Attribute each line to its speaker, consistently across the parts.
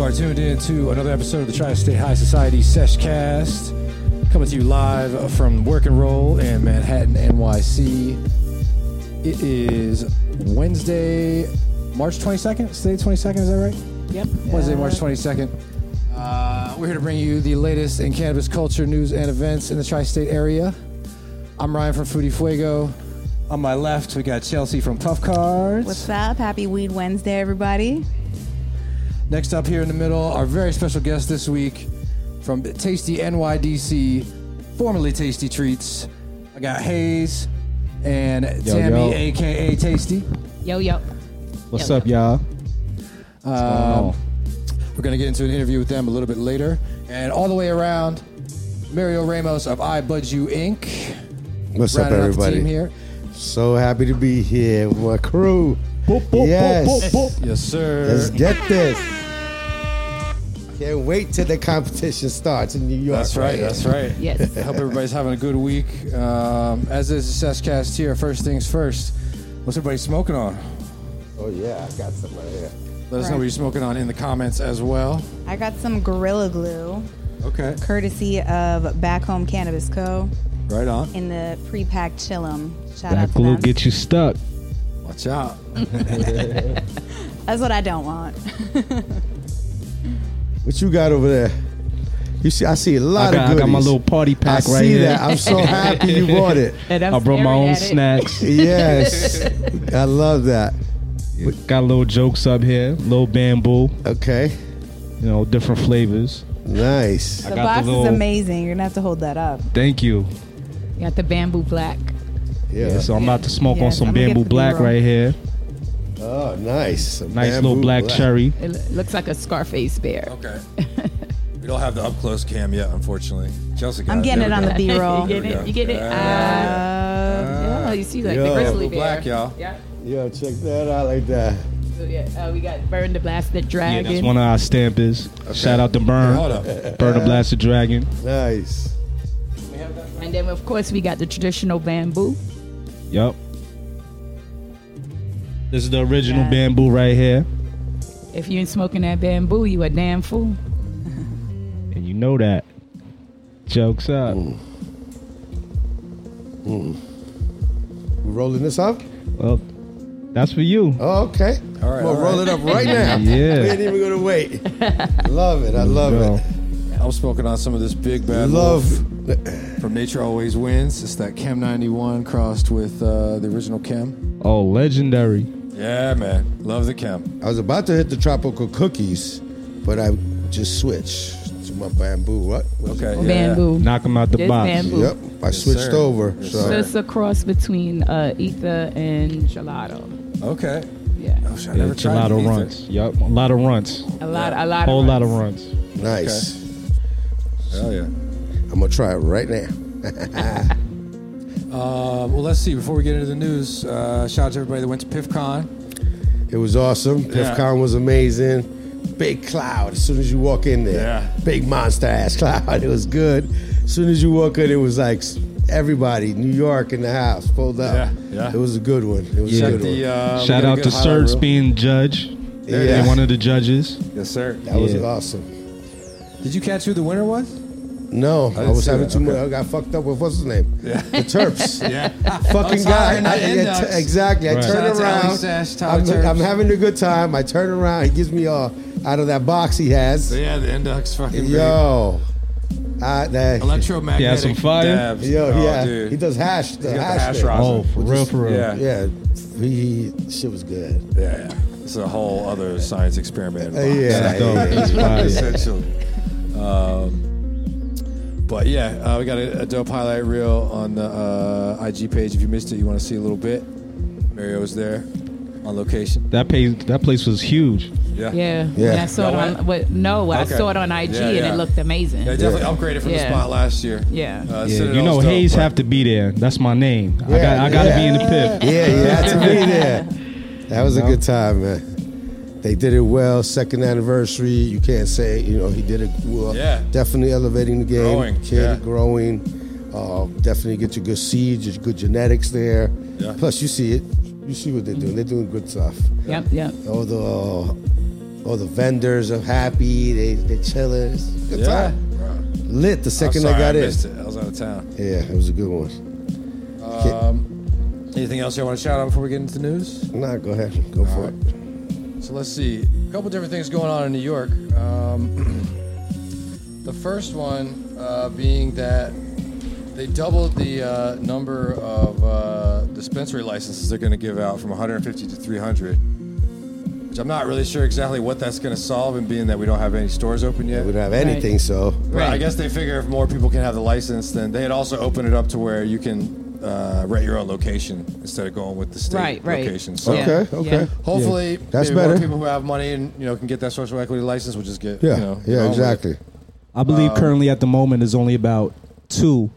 Speaker 1: are tuned in to another episode of the Tri-State High Society Seshcast, coming to you live from Work and Roll in Manhattan, NYC. It is Wednesday, March 22nd. It's Today, 22nd, is that right?
Speaker 2: Yep.
Speaker 1: Wednesday, March 22nd. Uh, we're here to bring you the latest in cannabis culture, news, and events in the tri-state area. I'm Ryan from Foodie Fuego. On my left, we got Chelsea from Puff Cards.
Speaker 2: What's up? Happy Weed Wednesday, everybody.
Speaker 1: Next up here in the middle, our very special guest this week from Tasty NYDC, formerly Tasty Treats. I got Hayes and Tammy,
Speaker 3: yo.
Speaker 1: aka Tasty.
Speaker 4: Yo, yo.
Speaker 3: What's
Speaker 4: Yo,
Speaker 3: up, y'all?
Speaker 1: Um, we're going to get into an interview with them a little bit later. And all the way around, Mario Ramos of I Bud You Inc.
Speaker 5: What's up,
Speaker 1: Rounding out the
Speaker 5: everybody?
Speaker 1: Team here.
Speaker 5: So happy to be here with my crew.
Speaker 1: Oh,
Speaker 5: yes,
Speaker 1: Yes, sir.
Speaker 5: let's get this. Can't wait till the competition starts in New York.
Speaker 1: That's right. That's right.
Speaker 4: Yes.
Speaker 1: I hope everybody's having a good week. Um, as is the Sesscast here, first things first, what's everybody smoking on?
Speaker 5: Oh yeah, I got some right here.
Speaker 1: Let us know what you're smoking on in the comments as well.
Speaker 2: I got some Gorilla Glue,
Speaker 1: Okay.
Speaker 2: courtesy of Back Home Cannabis Co.
Speaker 1: Right on.
Speaker 2: in the pre-packed chillum. Shout out
Speaker 3: That
Speaker 2: to
Speaker 3: glue
Speaker 2: them.
Speaker 3: get you stuck.
Speaker 1: Watch out.
Speaker 2: That's what I don't want.
Speaker 5: What you got over there? You see, I see a lot
Speaker 3: I got, I
Speaker 5: of goodies.
Speaker 3: got my little party
Speaker 5: I
Speaker 3: pack right
Speaker 5: see
Speaker 3: here.
Speaker 5: that. I'm so happy you bought it.
Speaker 4: And I'm
Speaker 3: I brought my
Speaker 4: staring
Speaker 3: own
Speaker 4: at it.
Speaker 3: snacks.
Speaker 5: Yes, I love that.
Speaker 3: got little jokes up here, little bamboo,
Speaker 5: Okay,
Speaker 3: you know, different flavors.
Speaker 5: nice.
Speaker 2: The
Speaker 3: got the
Speaker 2: box
Speaker 3: little-
Speaker 2: is amazing. You're gonna have to hold that up.
Speaker 3: Thank you.
Speaker 4: Got the bamboo black.
Speaker 5: Yeah.
Speaker 3: So I'm about to smoke on
Speaker 2: Yes,
Speaker 3: some
Speaker 2: I'ma get
Speaker 3: bamboo
Speaker 2: the
Speaker 3: black
Speaker 2: B-roll.
Speaker 3: right here.
Speaker 5: Oh, nice. A
Speaker 3: Nice
Speaker 5: bamboo
Speaker 3: little black, cherry.
Speaker 4: It lo- looks like a Scarface bear.
Speaker 1: Okay. we don't have the up close cam yet, unfortunately. Chelsea got
Speaker 2: I'm getting
Speaker 1: There
Speaker 2: it
Speaker 1: we
Speaker 2: on
Speaker 1: go.
Speaker 2: the B-roll.
Speaker 4: you
Speaker 1: There
Speaker 4: get
Speaker 1: we
Speaker 4: it? You get it?
Speaker 1: go.
Speaker 4: Uh,
Speaker 1: Yeah.
Speaker 4: yeah, you see like
Speaker 5: Yo.
Speaker 4: the grizzly
Speaker 1: Bamboo
Speaker 4: bear.
Speaker 1: black, y'all.
Speaker 4: Yeah.
Speaker 5: Yo, check that out like that.
Speaker 4: So, yeah, uh, we got Burn the Blasted
Speaker 3: Yeah,
Speaker 4: Dragon.
Speaker 3: that's one of our stampers. Shout out to Burn.
Speaker 1: Hold up.
Speaker 3: Burn the Blasted Dragon.
Speaker 5: Nice.
Speaker 4: and then, of course, we got the traditional bamboo.
Speaker 3: Yup. This is the original
Speaker 2: Yeah.
Speaker 3: bamboo right here.
Speaker 4: If you ain't smoking that bamboo, you a damn fool.
Speaker 3: And you know that. Jokes up.
Speaker 5: Mm. We rolling this up?
Speaker 3: Well, that's for you.
Speaker 5: Oh, okay.
Speaker 1: All right,
Speaker 5: We'll
Speaker 1: all
Speaker 5: roll
Speaker 1: right.
Speaker 5: it up right now.
Speaker 3: Yeah.
Speaker 5: We ain't even gonna wait. love it. I love
Speaker 3: Yo.
Speaker 5: it.
Speaker 1: I'm smoking on some of this big bad wolf
Speaker 5: Love.
Speaker 1: from Nature Always Wins. It's that Chem 91 crossed with uh, the original Chem.
Speaker 3: Oh, legendary.
Speaker 1: Yeah, man. Love the Chem.
Speaker 5: I was about to hit the tropical cookies, but I just switched to my bamboo. What? What is
Speaker 1: Okay.
Speaker 5: it?
Speaker 1: Yeah.
Speaker 4: Bamboo.
Speaker 3: Knock him out the
Speaker 4: This
Speaker 3: box.
Speaker 4: bamboo.
Speaker 5: Yep. I
Speaker 1: Yes,
Speaker 5: switched
Speaker 1: sir.
Speaker 5: over.
Speaker 1: Yes,
Speaker 5: so
Speaker 4: So it's a cross between uh, ether and gelato.
Speaker 1: Okay.
Speaker 4: Yeah,
Speaker 1: Oh, shit, I
Speaker 3: Yeah,
Speaker 1: never
Speaker 3: it's a
Speaker 1: tried
Speaker 3: lot of
Speaker 1: these.
Speaker 3: runs. Yep, a lot of runs.
Speaker 4: a lot, a lot,
Speaker 3: Whole
Speaker 4: of
Speaker 3: lot of
Speaker 4: runs.
Speaker 5: Uh,
Speaker 3: runs.
Speaker 5: nice.
Speaker 1: Hell yeah.
Speaker 5: I'm gonna try it right now.
Speaker 1: Um, well, let's see. Before we get into the news, uh, shout out to everybody that went to PIFCon.
Speaker 5: It was awesome.
Speaker 1: Yeah.
Speaker 5: PIFCon was amazing. Big cloud as soon as you walk in there.
Speaker 1: Yeah.
Speaker 5: Big monster ass cloud. It was good. As soon as you walk in, it was like everybody, New York in the house, pulled up.
Speaker 1: Yeah, yeah.
Speaker 5: It was a good one. It was
Speaker 3: Yeah.
Speaker 5: a
Speaker 1: Check
Speaker 5: good
Speaker 1: the,
Speaker 5: one.
Speaker 1: uh, we
Speaker 3: Shout
Speaker 1: got a
Speaker 3: out
Speaker 1: good
Speaker 3: to
Speaker 1: highlight
Speaker 3: Serge
Speaker 1: reel.
Speaker 3: being judge. They
Speaker 5: Yeah.
Speaker 3: one of the judges.
Speaker 1: Yes, sir.
Speaker 5: that was
Speaker 3: Yeah.
Speaker 5: awesome.
Speaker 1: Did you catch who the winner was?
Speaker 5: No, I,
Speaker 1: didn't
Speaker 5: was
Speaker 1: see
Speaker 5: having
Speaker 1: that.
Speaker 5: too much. I got fucked up with what's his name?
Speaker 1: Yeah.
Speaker 5: The Terps.
Speaker 1: Yeah.
Speaker 5: Fucking guy.
Speaker 1: sorry, not
Speaker 5: I- I-
Speaker 1: Indox.
Speaker 5: exactly.
Speaker 3: Right.
Speaker 5: I
Speaker 1: Shout out
Speaker 5: turn
Speaker 1: to
Speaker 5: around.
Speaker 1: Alex Sash, Tyler
Speaker 5: I'm, I'm
Speaker 1: Terps.
Speaker 5: having a good time. I turn around. He gives me all out of that box he has.
Speaker 1: Yeah, the Index fucking
Speaker 5: Yo. I, that,
Speaker 1: electromagnetic.
Speaker 3: Yeah, some fire.
Speaker 1: Dabs.
Speaker 5: Yo,
Speaker 1: oh,
Speaker 5: yeah,
Speaker 1: dude.
Speaker 5: he does hash. The
Speaker 1: He got the
Speaker 5: hash,
Speaker 1: hash
Speaker 5: thing.
Speaker 1: rosin.
Speaker 3: Oh, for real, for real.
Speaker 1: Yeah.
Speaker 5: Yeah, he, he shit was good.
Speaker 1: Yeah, yeah. It's a whole other science experiment.
Speaker 5: Uh, yeah,
Speaker 3: dope. That's
Speaker 5: yeah,
Speaker 3: fire.
Speaker 1: essentially. Um, but yeah, uh, we got a, a dope highlight reel on the uh, IG page. If you missed it, you want to see a little bit. Mario was there on location.
Speaker 3: That page, that place was huge.
Speaker 1: Yeah,
Speaker 4: Yeah,
Speaker 5: Yeah.
Speaker 4: And I saw
Speaker 1: Y'all
Speaker 4: it on. What, no,
Speaker 1: Okay.
Speaker 4: I saw it on IG
Speaker 1: Yeah,
Speaker 4: and
Speaker 1: yeah.
Speaker 4: it looked amazing.
Speaker 1: They definitely upgraded from
Speaker 4: Yeah.
Speaker 1: the spot last year.
Speaker 4: Yeah.
Speaker 1: Uh,
Speaker 3: Yeah,
Speaker 1: Citadel's
Speaker 3: you know,
Speaker 1: dope,
Speaker 3: Hayes
Speaker 1: but-
Speaker 3: have to be there. That's my name. I
Speaker 5: Yeah,
Speaker 3: got, I got to
Speaker 5: yeah.
Speaker 3: be in the pip.
Speaker 5: yeah, you had to be there. That was a good time, man. They did it well. Second anniversary, you can't say you know he did it well.
Speaker 1: Yeah.
Speaker 5: definitely elevating the game,
Speaker 1: Growing,
Speaker 5: Kid
Speaker 1: yeah.
Speaker 5: growing. Uh, definitely get your good seeds, your good genetics there.
Speaker 1: Yeah.
Speaker 5: Plus, you see it. You see what they're doing. They're doing good stuff.
Speaker 4: Yep, yep.
Speaker 5: All the uh, All the vendors are happy. They they chilling. It's a Good
Speaker 1: Yeah.
Speaker 5: time. Lit the
Speaker 1: I'm
Speaker 5: second
Speaker 1: sorry,
Speaker 5: I got in.
Speaker 1: missed it. I was out of town.
Speaker 5: Yeah, it was a good one.
Speaker 1: Anything else you want to shout out before we get into the news?
Speaker 5: Nah, go ahead. Go for
Speaker 1: right.
Speaker 5: it.
Speaker 1: So let's see. A couple different things going on in New York. Um, the first one uh, being that they doubled the uh, number of uh, dispensary licenses they're going to give out from 150 to 300, which I'm not really sure exactly what that's going to solve, and being that we don't have any stores open yet.
Speaker 5: We don't have anything, so
Speaker 1: But I guess they figure if more people can have the license, then they had also opened it up to where you can uh, rent your own location instead of going with the state
Speaker 4: Right, right.
Speaker 1: location. So
Speaker 4: Yeah.
Speaker 5: okay, okay.
Speaker 1: Hopefully,
Speaker 5: That's
Speaker 1: maybe more
Speaker 5: better.
Speaker 1: people who have money and you know can get that social equity license will just get
Speaker 5: Yeah,
Speaker 1: you know,
Speaker 5: yeah,
Speaker 1: on with it.
Speaker 5: exactly.
Speaker 6: I believe currently at the moment is only about two,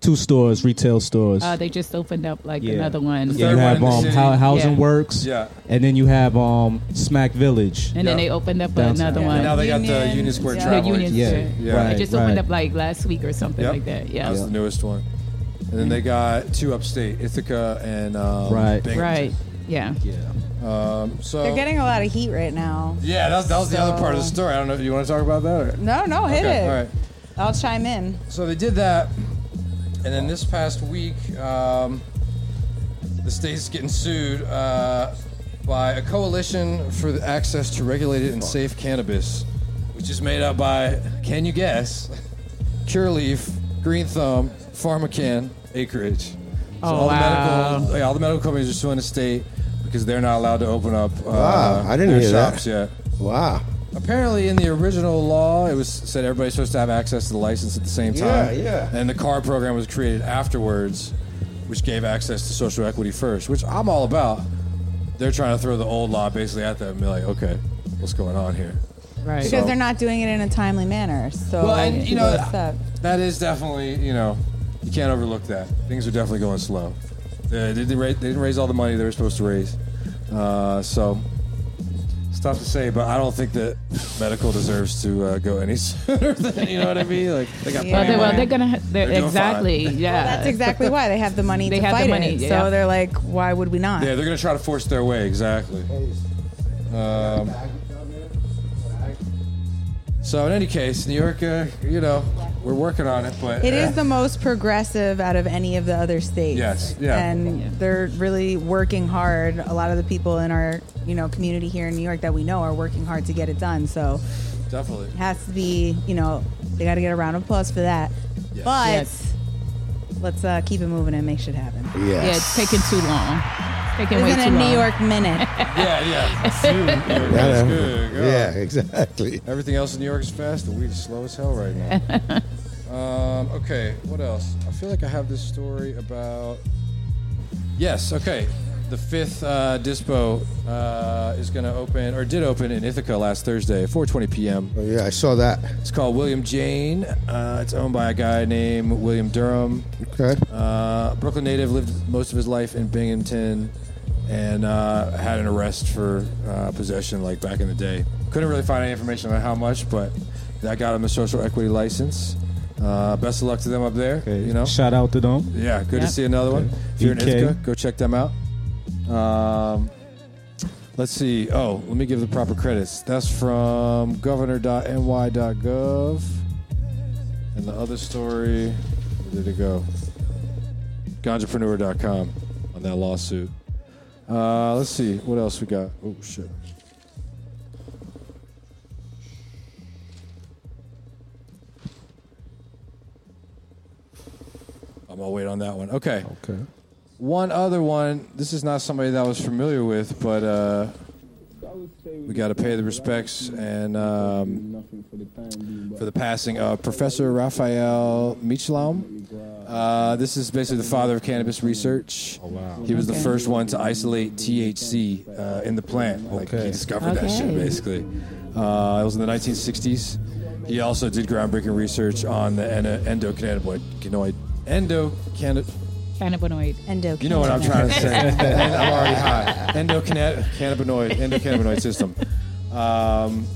Speaker 6: two stores, retail stores.
Speaker 4: Uh, they just opened up like
Speaker 6: Yeah.
Speaker 4: another one.
Speaker 1: third
Speaker 6: yeah, you
Speaker 1: one
Speaker 6: have
Speaker 1: in the
Speaker 6: um,
Speaker 1: city.
Speaker 6: Hou- Housing
Speaker 4: Yeah.
Speaker 6: Works,
Speaker 1: Yeah.
Speaker 6: and then you have um, Smack Village.
Speaker 4: And then
Speaker 1: Yeah.
Speaker 4: they opened up
Speaker 6: Downtown.
Speaker 4: another
Speaker 6: Yeah.
Speaker 4: one.
Speaker 1: And now they got the Union Square
Speaker 2: Yeah.
Speaker 1: Travel.
Speaker 4: the Union
Speaker 1: Agency.
Speaker 6: Yeah.
Speaker 4: Square.
Speaker 1: Yeah.
Speaker 4: It
Speaker 6: Right,
Speaker 4: just opened
Speaker 6: right.
Speaker 4: up like last week or something
Speaker 1: Yep.
Speaker 4: like that.
Speaker 1: That
Speaker 4: Yeah.
Speaker 1: was the newest one. And then they got two upstate, Ithaca and um,
Speaker 6: Right.
Speaker 1: Binghamton.
Speaker 4: Right. Yeah.
Speaker 6: Yeah,
Speaker 1: So
Speaker 2: They're getting a lot of heat right now.
Speaker 1: yeah, that, that was the other part of the
Speaker 2: So-
Speaker 1: story. I don't know if you want to talk about that. Or?
Speaker 2: No, no, hit
Speaker 1: Okay,
Speaker 2: it.
Speaker 1: all right.
Speaker 2: I'll chime in.
Speaker 1: So they did that, and then this past week, um, the state's getting sued uh, by a coalition for the access to regulated and safe cannabis, which is made up by, can you guess, Cureleaf, Green Thumb, PharmaCann, Acreage. So
Speaker 4: Oh,
Speaker 1: all,
Speaker 4: wow.
Speaker 1: the medical, yeah, all the medical companies are suing the state because they're not allowed to open up uh,
Speaker 5: Wow, I didn't
Speaker 1: their
Speaker 5: hear that.
Speaker 1: shops yet.
Speaker 5: Wow.
Speaker 1: Apparently, in the original law, it was said everybody's supposed to have access to the license at the same
Speaker 5: Yeah,
Speaker 1: time.
Speaker 5: yeah.
Speaker 1: And the card program was created afterwards, which gave access to social equity first, which I'm all about. They're trying to throw the old law basically at them and be like, okay, what's going on here?
Speaker 4: Right.
Speaker 2: Because they're not doing it in a timely manner. So
Speaker 1: Well,
Speaker 2: I
Speaker 1: and,
Speaker 2: think
Speaker 1: you know,
Speaker 2: it's up.
Speaker 1: That is definitely, you know, you can't overlook that. Things are definitely going slow. They didn't raise, they didn't raise all the money they were supposed to raise. Uh, so, it's tough to say, but I don't think that medical deserves to uh, go any sooner than, you know what I mean? Like, they got
Speaker 2: Yeah.
Speaker 4: Well,
Speaker 1: plenty
Speaker 4: they,
Speaker 1: of
Speaker 4: well,
Speaker 1: money.
Speaker 4: they're gonna. ha- They're,
Speaker 1: They're doing
Speaker 4: exactly. Yeah.
Speaker 2: That's exactly why they have the money
Speaker 4: They
Speaker 2: to
Speaker 4: have the
Speaker 2: fight
Speaker 4: money,
Speaker 2: it.
Speaker 4: yeah.
Speaker 2: So they're like, why would we not?
Speaker 1: yeah, they're going to try to force their way, exactly. Um, so, in any case, New York, uh, you know, we're working on it, but.
Speaker 2: It
Speaker 1: uh,
Speaker 2: is the most progressive out of any of the other states.
Speaker 1: Yes, yeah.
Speaker 2: And
Speaker 4: Yeah.
Speaker 2: they're really working hard. A lot of the people in our, you know, community here in New York that we know are working hard to get it done. So
Speaker 1: Definitely.
Speaker 2: it has to be, you know, they got to get a round of applause for that.
Speaker 1: Yes.
Speaker 2: But
Speaker 4: Yes.
Speaker 2: let's uh, keep it moving and make shit happen.
Speaker 4: Yeah.
Speaker 5: Yes.
Speaker 4: It's taking too long. It's taking
Speaker 2: This
Speaker 4: way too
Speaker 2: isn't a
Speaker 4: long.
Speaker 1: uh,
Speaker 2: New York minute.
Speaker 1: Yeah, yeah. Soon, New York is good. God.
Speaker 5: yeah, exactly.
Speaker 1: Everything else in New York is fast. The weed is slow as hell right now. um, okay, what else? I feel like I have this story about. Yes, okay. The fifth uh, dispo uh, is going to open, or did open in Ithaca last Thursday, 4:20 p.m.
Speaker 5: Oh, yeah, I saw that.
Speaker 1: It's called William Jane. Uh, it's owned by a guy named William Durham.
Speaker 5: Okay.
Speaker 1: Uh, Brooklyn native lived most of his life in Binghamton, and uh, had an arrest for uh, possession like back in the day. Couldn't really find any information on how much, but that got him a social equity license. Uh, best of luck to them up there.
Speaker 6: okay.
Speaker 1: You know,
Speaker 6: shout out to them.
Speaker 1: yeah, good to
Speaker 4: Yeah. E
Speaker 1: see another one. If you're in
Speaker 6: BK.
Speaker 1: Ithaca, go check them out. Um, let's see. Oh, let me give the proper credits. That's from governor.ny.gov. And the other story, where did it go? Ganjapreneur.com on that lawsuit. Uh, let's see. What else we got? Oh, shit. I'm all wait on that one. Okay.
Speaker 6: Okay.
Speaker 1: One other one. This is not somebody that I was familiar with, but uh, we got to pay the respects and um, for the passing of Professor Raphael Michlam. Uh, this is basically the father of cannabis research. Oh, wow. He was the first one to isolate THC uh, in the plant. Like he
Speaker 6: Okay.
Speaker 1: discovered that
Speaker 4: Okay.
Speaker 1: shit basically. Uh, it was in the 1960s. He also did groundbreaking research on the en- endocannabinoid cannabinoid endocannabinoid
Speaker 4: Cannabinoid.
Speaker 2: Endo.
Speaker 1: you know what I'm trying to say. and I'm already high. Endocannabinoid, endocannabinoid system. Um,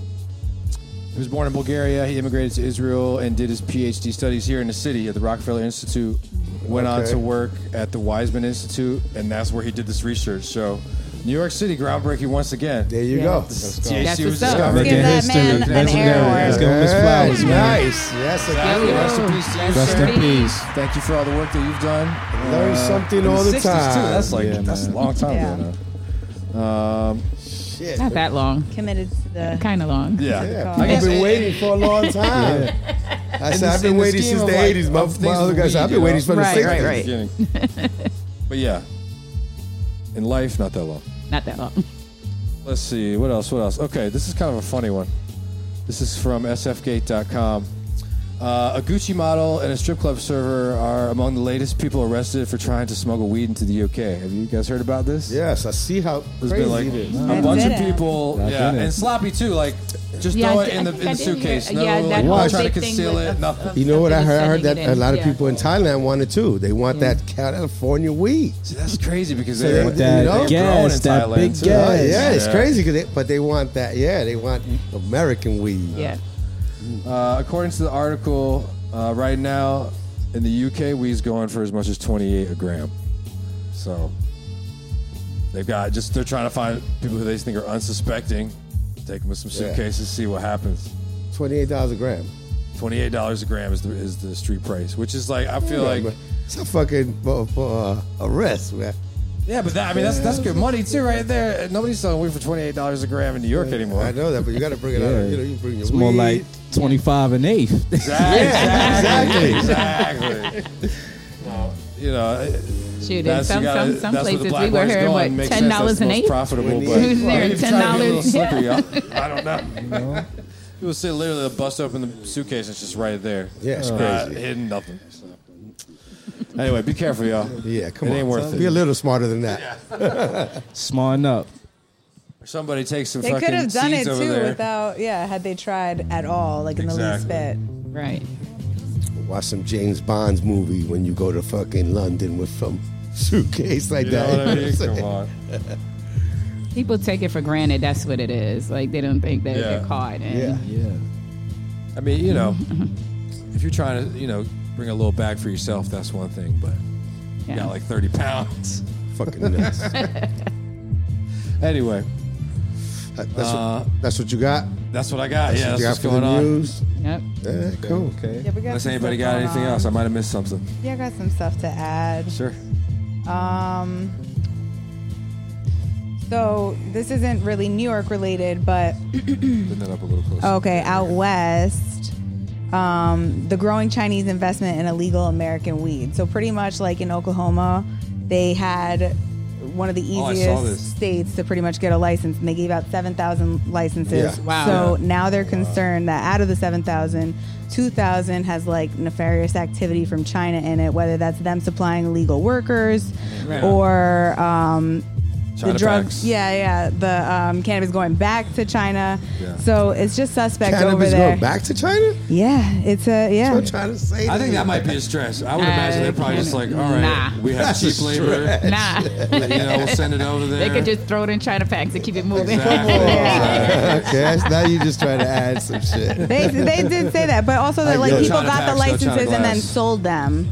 Speaker 1: he was born in Bulgaria. He immigrated to Israel and did his PhD studies here in the city at the Rockefeller Institute. Went on
Speaker 5: Okay.
Speaker 1: to work at the Weizmann Institute, and that's where he did this research. So New York City, groundbreaking once again.
Speaker 5: There you
Speaker 4: Yeah.
Speaker 5: go.
Speaker 1: THC
Speaker 4: That's
Speaker 1: was
Speaker 4: what's up.
Speaker 1: discovered.
Speaker 2: Give that
Speaker 6: history.
Speaker 2: man an
Speaker 6: Legendary.
Speaker 2: air
Speaker 6: Let's
Speaker 2: horn.
Speaker 6: give him his
Speaker 5: Yeah,
Speaker 6: flowers, man.
Speaker 5: Nice. Yes. I
Speaker 4: Yeah,
Speaker 5: think
Speaker 4: we
Speaker 1: Rest
Speaker 4: will.
Speaker 1: in peace to you,
Speaker 6: Rest
Speaker 1: sir.
Speaker 6: in peace.
Speaker 1: Thank you for all the work that you've done. Uh,
Speaker 5: Learn something
Speaker 1: in
Speaker 5: all the
Speaker 1: 60s Too.
Speaker 5: time.
Speaker 1: That's like
Speaker 6: Yeah,
Speaker 1: that's a
Speaker 6: man.
Speaker 1: long time
Speaker 2: Yeah.
Speaker 1: ago. Now. Um,
Speaker 5: shit.
Speaker 4: Not that long.
Speaker 2: Committed to the.
Speaker 4: Kind of long.
Speaker 1: yeah,
Speaker 5: Yeah,
Speaker 1: I
Speaker 5: I've
Speaker 1: guess
Speaker 5: been
Speaker 1: it-
Speaker 5: waiting for a long time. I
Speaker 1: In the-
Speaker 5: said, I've
Speaker 1: in
Speaker 5: been
Speaker 1: the
Speaker 5: waiting
Speaker 1: scheme
Speaker 5: since
Speaker 1: of
Speaker 5: the
Speaker 1: like-
Speaker 5: 80s. My,
Speaker 1: of
Speaker 5: my
Speaker 1: things
Speaker 5: other
Speaker 1: we
Speaker 5: guys, said,
Speaker 1: need,
Speaker 5: I've
Speaker 1: you
Speaker 5: been waiting
Speaker 1: know?
Speaker 5: for the
Speaker 4: Right,
Speaker 5: 60s.
Speaker 4: right, right.
Speaker 1: Beginning. but yeah, in life, not that long.
Speaker 4: Not that long.
Speaker 1: Let's see. What else? What else? Okay, this is kind of a funny one. This is from sfgate.com. Uh, a Gucci model and a strip club server are among the latest people arrested for trying to smuggle weed into the UK. Have you guys heard about this?
Speaker 5: Yes, I see how
Speaker 1: There's
Speaker 5: crazy
Speaker 1: been like
Speaker 5: it is.
Speaker 1: a
Speaker 2: I
Speaker 1: bunch of
Speaker 2: didn't.
Speaker 1: people,
Speaker 6: I
Speaker 1: yeah,
Speaker 6: didn't.
Speaker 1: and sloppy too. Like just
Speaker 4: Yeah,
Speaker 1: throw
Speaker 4: I
Speaker 1: it
Speaker 4: di-
Speaker 1: in
Speaker 4: I
Speaker 1: the
Speaker 4: think I
Speaker 1: in the
Speaker 4: did hear-
Speaker 1: suitcase. No,
Speaker 4: yeah,
Speaker 1: like,
Speaker 4: that
Speaker 1: no
Speaker 5: whole
Speaker 1: trying to
Speaker 4: big thing
Speaker 1: conceal
Speaker 4: with
Speaker 1: it.
Speaker 4: the-
Speaker 1: Nothing.
Speaker 5: You know what? I
Speaker 4: Something
Speaker 5: heard, I
Speaker 4: is
Speaker 5: heard that
Speaker 4: sending it
Speaker 5: a
Speaker 4: in.
Speaker 5: lot of
Speaker 4: Yeah.
Speaker 5: people in Thailand want it too. They want
Speaker 4: Yeah.
Speaker 5: that California weed.
Speaker 1: See, that's crazy because
Speaker 5: So
Speaker 1: they,
Speaker 5: they-
Speaker 1: they,
Speaker 5: that
Speaker 1: they're grown in
Speaker 6: gas, that
Speaker 1: Thailand
Speaker 6: big
Speaker 1: too.
Speaker 6: gas.
Speaker 5: Oh, yeah, it's
Speaker 1: Yeah.
Speaker 5: crazy, 'cause they, but they want that. Yeah, they want American weed.
Speaker 4: Yeah.
Speaker 1: Uh, according to the article, uh, right now in the UK, weed's going for as much as 28 a gram. So they've got just they're trying to find people who they think are unsuspecting, take them with some
Speaker 5: Yeah.
Speaker 1: suitcases, see what happens.
Speaker 5: $28 a gram.
Speaker 1: Twenty-eight dollars a gram is the, is the street price, which is like I feel like,
Speaker 5: Remember, it's a fucking for, for uh, arrest, man.
Speaker 1: yeah, but that, I mean that's that's good money too, right there. Nobody's selling weed for twenty-eight dollars a gram in New York anymore.
Speaker 5: I know that, but you got to bring it
Speaker 6: Yeah.
Speaker 5: out. You know, you bring your
Speaker 6: It's more
Speaker 5: weed.
Speaker 6: like 25 and eighth.
Speaker 1: Exactly, exactly, exactly. Well, you know,
Speaker 4: Shoot, in
Speaker 1: That's,
Speaker 4: some,
Speaker 1: you gotta-
Speaker 4: some,
Speaker 1: that's
Speaker 4: some
Speaker 1: where
Speaker 4: places
Speaker 1: the black
Speaker 4: we were
Speaker 1: market's
Speaker 4: hearing
Speaker 1: going.
Speaker 4: what
Speaker 1: Makes sense.
Speaker 4: ten
Speaker 1: That's
Speaker 4: dollars
Speaker 1: the
Speaker 4: an
Speaker 1: most
Speaker 4: eight.
Speaker 1: profitable,
Speaker 5: Who's
Speaker 1: but
Speaker 4: there?
Speaker 1: Maybe try to be a little
Speaker 4: $10?
Speaker 1: slippery, y'all. I don't know. People say literally they'll bust open the suitcase and it's just right there.
Speaker 5: Yeah, it's
Speaker 1: Not
Speaker 5: crazy.
Speaker 1: hidden nothing. so. Anyway, be careful, y'all.
Speaker 5: Yeah, come
Speaker 1: It
Speaker 5: on.
Speaker 1: ain't worth
Speaker 5: son.
Speaker 1: it.
Speaker 5: Be a little smarter than that.
Speaker 6: Smarten up.
Speaker 1: Somebody take some
Speaker 2: They
Speaker 1: fucking
Speaker 2: could have done it
Speaker 1: seeds over
Speaker 2: too
Speaker 1: there.
Speaker 2: without, yeah, had they tried at all, like in
Speaker 1: Exactly.
Speaker 2: the least bit.
Speaker 4: Right.
Speaker 5: Watch some James Bond's movie when you go to fucking London with some suitcase like
Speaker 1: you know
Speaker 5: that.
Speaker 1: what I mean?
Speaker 5: You know what I'm
Speaker 1: Come on.
Speaker 4: People take it for granted. That's what it is. Like they don't think that
Speaker 1: Yeah.
Speaker 4: they're caught. And
Speaker 5: Yeah.
Speaker 6: Yeah.
Speaker 1: I mean, you know, if you're trying to, you know, bring a little bag for yourself, that's one thing, but you
Speaker 4: Yeah.
Speaker 1: got like 30 pounds.
Speaker 5: fucking nuts. That-
Speaker 1: Anyway,
Speaker 5: That's,
Speaker 1: Uh,
Speaker 5: what, that's what you got.
Speaker 1: that's what I got. yeah, that's
Speaker 5: you got
Speaker 1: what's
Speaker 5: for
Speaker 1: going
Speaker 5: the
Speaker 1: on.
Speaker 5: news.
Speaker 4: Yep.
Speaker 5: Yeah, cool.
Speaker 6: Okay.
Speaker 2: Yeah, we got
Speaker 1: Unless
Speaker 2: some
Speaker 1: anybody
Speaker 2: stuff
Speaker 1: got
Speaker 2: going
Speaker 1: anything
Speaker 2: on.
Speaker 1: else, I might have missed something.
Speaker 2: Yeah, I got some stuff to add.
Speaker 1: Sure.
Speaker 2: Um, so this isn't really New York related, but
Speaker 1: Bring that up a little closer.
Speaker 2: okay, out west, um, the growing Chinese investment in illegal American weed. So pretty much like in Oklahoma, they had one of the
Speaker 1: Oh, I saw
Speaker 2: easiest
Speaker 1: this.
Speaker 2: states to pretty much get a license, and they gave out seven thousand licenses.
Speaker 5: Yeah.
Speaker 4: Wow.
Speaker 2: So now they're concerned that out of the 7,000, 2,000 has like nefarious activity from China in it, whether that's them supplying illegal workers
Speaker 1: Right.
Speaker 2: or um,
Speaker 1: China
Speaker 2: the drugs.
Speaker 1: packs.
Speaker 2: Yeah, yeah. The um, cannabis going back to China.
Speaker 1: Yeah.
Speaker 2: So it's just suspect over
Speaker 5: Cannabis
Speaker 2: there.
Speaker 5: going back to China?
Speaker 2: Yeah, it's a, yeah.
Speaker 5: I'm trying to say.
Speaker 1: I think
Speaker 5: to
Speaker 1: that
Speaker 5: you.
Speaker 1: might be a stress. I would
Speaker 4: Uh,
Speaker 1: imagine they're probably just like, all right,
Speaker 4: nah.
Speaker 1: we have
Speaker 5: That's a
Speaker 1: cheap labor.
Speaker 4: Nah.
Speaker 1: You know, we'll send it over there.
Speaker 4: they could just throw it in China packs and keep it moving.
Speaker 1: Exactly.
Speaker 5: Oh, okay, that's- now you just trying to add some shit.
Speaker 2: They, they did say that, but also that like
Speaker 5: Like, yo,
Speaker 2: people
Speaker 1: China
Speaker 2: got the
Speaker 1: packs, yo, China
Speaker 2: licenses and then
Speaker 1: glass.
Speaker 2: sold them.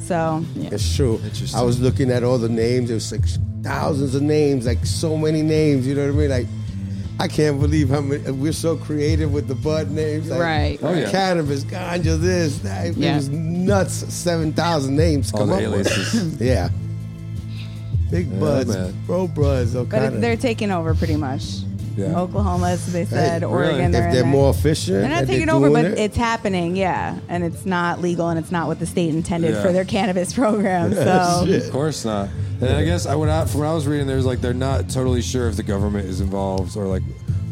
Speaker 2: So
Speaker 5: It's true.
Speaker 1: Interesting.
Speaker 5: I was looking at all the names. It was like thousands of names, like so many names. You know what I mean? Like, I can't believe how many. We're so creative with the bud names. Like,
Speaker 4: Right.
Speaker 1: Oh, yeah.
Speaker 5: Cannabis, ganja, this, that. It
Speaker 4: Yeah.
Speaker 5: was nuts. Seven thousand names.
Speaker 1: all
Speaker 5: Come
Speaker 1: the
Speaker 5: up with.
Speaker 1: aliases.
Speaker 5: Yeah. Big
Speaker 1: Yeah,
Speaker 5: buds,
Speaker 1: man.
Speaker 5: bro, buds.
Speaker 2: But
Speaker 5: O'Connor.
Speaker 2: they're taking over pretty much.
Speaker 1: Yeah.
Speaker 2: Oklahoma, as they said,
Speaker 5: really?
Speaker 2: Oregon.
Speaker 5: if
Speaker 2: They're,
Speaker 5: they're,
Speaker 2: in there.
Speaker 5: more efficient,
Speaker 2: They're not
Speaker 5: and they're
Speaker 2: taking over,
Speaker 5: doing
Speaker 2: but
Speaker 5: it,
Speaker 2: it's happening, yeah. And it's not legal and it's not what the state intended
Speaker 1: Yeah.
Speaker 2: for their cannabis program. So
Speaker 1: Of course not. And I guess I went out from when I was reading. There's like they're not totally sure if the government is involved or like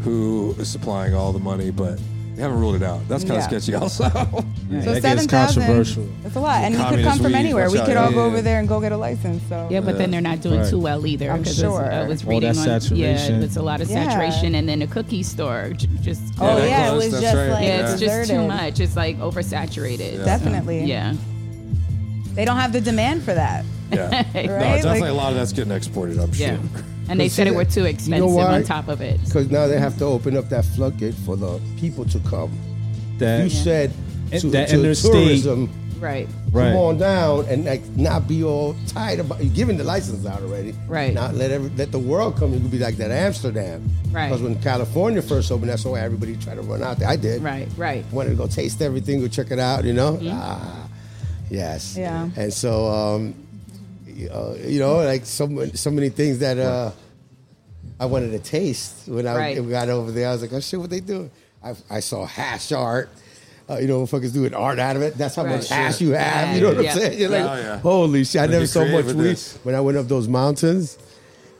Speaker 1: who is supplying all the money, but they haven't ruled it out. That's kind of
Speaker 2: Yeah.
Speaker 1: sketchy, also.
Speaker 2: So
Speaker 6: That gets
Speaker 2: 7,000,
Speaker 6: controversial.
Speaker 2: That's a lot. And we could
Speaker 1: Communist
Speaker 2: come from
Speaker 1: weed,
Speaker 2: anywhere.
Speaker 1: watch
Speaker 2: We
Speaker 1: out.
Speaker 2: could all go
Speaker 1: Yeah.
Speaker 2: over there and go get a license. So
Speaker 4: Yeah, but then they're not doing
Speaker 6: Right.
Speaker 4: too well either.
Speaker 2: I'm
Speaker 4: 'cause it's-
Speaker 2: sure.
Speaker 4: I was
Speaker 6: All
Speaker 4: reading
Speaker 6: that
Speaker 4: on,
Speaker 6: saturation.
Speaker 4: Yeah, it's a lot of
Speaker 2: Yeah.
Speaker 4: saturation, and then the cookie store j- just.
Speaker 2: Oh
Speaker 1: Yeah,
Speaker 2: yeah,
Speaker 1: they
Speaker 2: it
Speaker 1: closed,
Speaker 2: was
Speaker 1: that's
Speaker 2: just
Speaker 1: right.
Speaker 2: like
Speaker 4: Yeah, it's just too
Speaker 2: deserted.
Speaker 4: much. It's like oversaturated.
Speaker 1: Yeah.
Speaker 2: Definitely.
Speaker 4: Yeah.
Speaker 2: They don't have the demand for that.
Speaker 1: Yeah. No,
Speaker 2: Right?
Speaker 1: definitely
Speaker 2: Like-
Speaker 1: a lot of that's getting exported. I'm sure.
Speaker 4: Yeah. And they
Speaker 5: But
Speaker 4: said
Speaker 5: see
Speaker 4: it were
Speaker 5: that-
Speaker 4: too
Speaker 5: you know
Speaker 4: expensive
Speaker 5: why?
Speaker 4: on top of it.
Speaker 5: because now they have to open up that floodgate for the people to come. You
Speaker 6: That,
Speaker 5: said
Speaker 6: And
Speaker 5: to,
Speaker 6: that
Speaker 5: to
Speaker 6: interstate-
Speaker 5: tourism
Speaker 4: Right.
Speaker 3: Right.
Speaker 5: come on down and like not be all tight about you giving the license out already.
Speaker 4: Right.
Speaker 5: Not let every, let the world come. You could be like that Amsterdam.
Speaker 4: Right.
Speaker 5: Because when California first opened, that's why everybody tried to run out there. I did.
Speaker 4: Right. Right.
Speaker 5: Wanted to go taste everything, go check it out. You know.
Speaker 4: Mm-hmm.
Speaker 5: Ah, yes.
Speaker 2: Yeah.
Speaker 5: And so, um, y- uh, you know, like so many- so many things that uh, I wanted to taste when I
Speaker 4: Right.
Speaker 5: got over there. I was like, oh shit, what they doing? I, I saw hash art. Uh, you know, fuckers doing art out of it. That's how
Speaker 4: Right.
Speaker 5: much hash you have. You
Speaker 4: Yeah.
Speaker 5: know what
Speaker 4: Yeah.
Speaker 5: I'm saying? You're like,
Speaker 4: Yeah.
Speaker 1: Oh, yeah.
Speaker 5: holy shit! I
Speaker 1: Gotta
Speaker 5: never
Speaker 1: get
Speaker 5: saw
Speaker 1: creative
Speaker 5: much
Speaker 1: with
Speaker 5: weed
Speaker 1: this.
Speaker 5: when I went up those mountains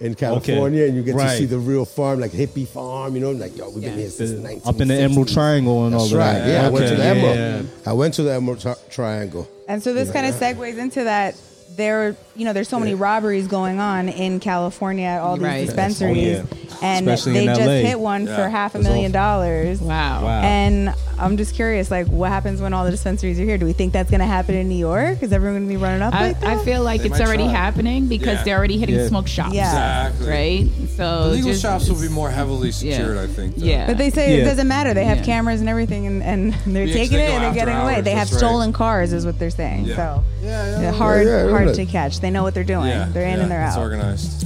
Speaker 5: in California, and you get to
Speaker 3: Right.
Speaker 5: see the real farm, like hippie farm. You know, like yo, we've
Speaker 4: Yeah.
Speaker 5: been here since
Speaker 6: The-
Speaker 5: 1960s.
Speaker 6: up in the Emerald Triangle and all
Speaker 5: That's
Speaker 6: that.
Speaker 5: right. Yeah, I went to the
Speaker 6: Okay.
Speaker 5: Emerald.
Speaker 6: Yeah.
Speaker 5: I went to the Emerald Tri- Triangle.
Speaker 2: And so this kind of segues into that. There, you know, there's so many robberies going on in California at all these
Speaker 4: Right.
Speaker 2: dispensaries,
Speaker 6: Oh,
Speaker 2: and
Speaker 6: Especially
Speaker 2: they
Speaker 6: in
Speaker 2: just
Speaker 6: LA.
Speaker 2: hit one for
Speaker 1: Yeah.
Speaker 2: half a
Speaker 6: It's
Speaker 2: million
Speaker 6: awful.
Speaker 2: dollars.
Speaker 4: Wow.
Speaker 6: Wow.
Speaker 2: And I'm just curious, like, what happens when all the dispensaries are here? Do we think that's going to happen in New York? Is everyone going to be running up
Speaker 4: I,
Speaker 2: like that?
Speaker 4: I feel like
Speaker 1: They
Speaker 4: it's
Speaker 1: might
Speaker 4: already
Speaker 1: try.
Speaker 4: happening because
Speaker 1: Yeah.
Speaker 4: they're already hitting
Speaker 6: Yeah.
Speaker 4: smoke shops.
Speaker 2: Yeah.
Speaker 1: Exactly.
Speaker 4: Right. So
Speaker 1: The legal
Speaker 4: just-
Speaker 1: shops will be more heavily secured, I think. though.
Speaker 4: Yeah.
Speaker 2: But they say it
Speaker 6: Yeah.
Speaker 2: doesn't matter. They have
Speaker 4: Yeah.
Speaker 2: cameras and everything, and, and they're
Speaker 1: Yeah, 'cause
Speaker 2: taking
Speaker 1: they
Speaker 2: it
Speaker 1: go
Speaker 2: and they're
Speaker 1: after
Speaker 2: getting away.
Speaker 1: hours,
Speaker 2: They have
Speaker 1: that's right.
Speaker 2: stolen cars, is what they're saying.
Speaker 1: Yeah.
Speaker 2: So
Speaker 1: Yeah,
Speaker 2: they're
Speaker 1: yeah.
Speaker 2: hard,
Speaker 5: Yeah, yeah,
Speaker 2: hard
Speaker 5: look.
Speaker 2: to catch. They know what they're doing.
Speaker 1: Yeah,
Speaker 2: they're in
Speaker 1: yeah,
Speaker 2: and they're
Speaker 1: It's
Speaker 2: out.
Speaker 1: organized.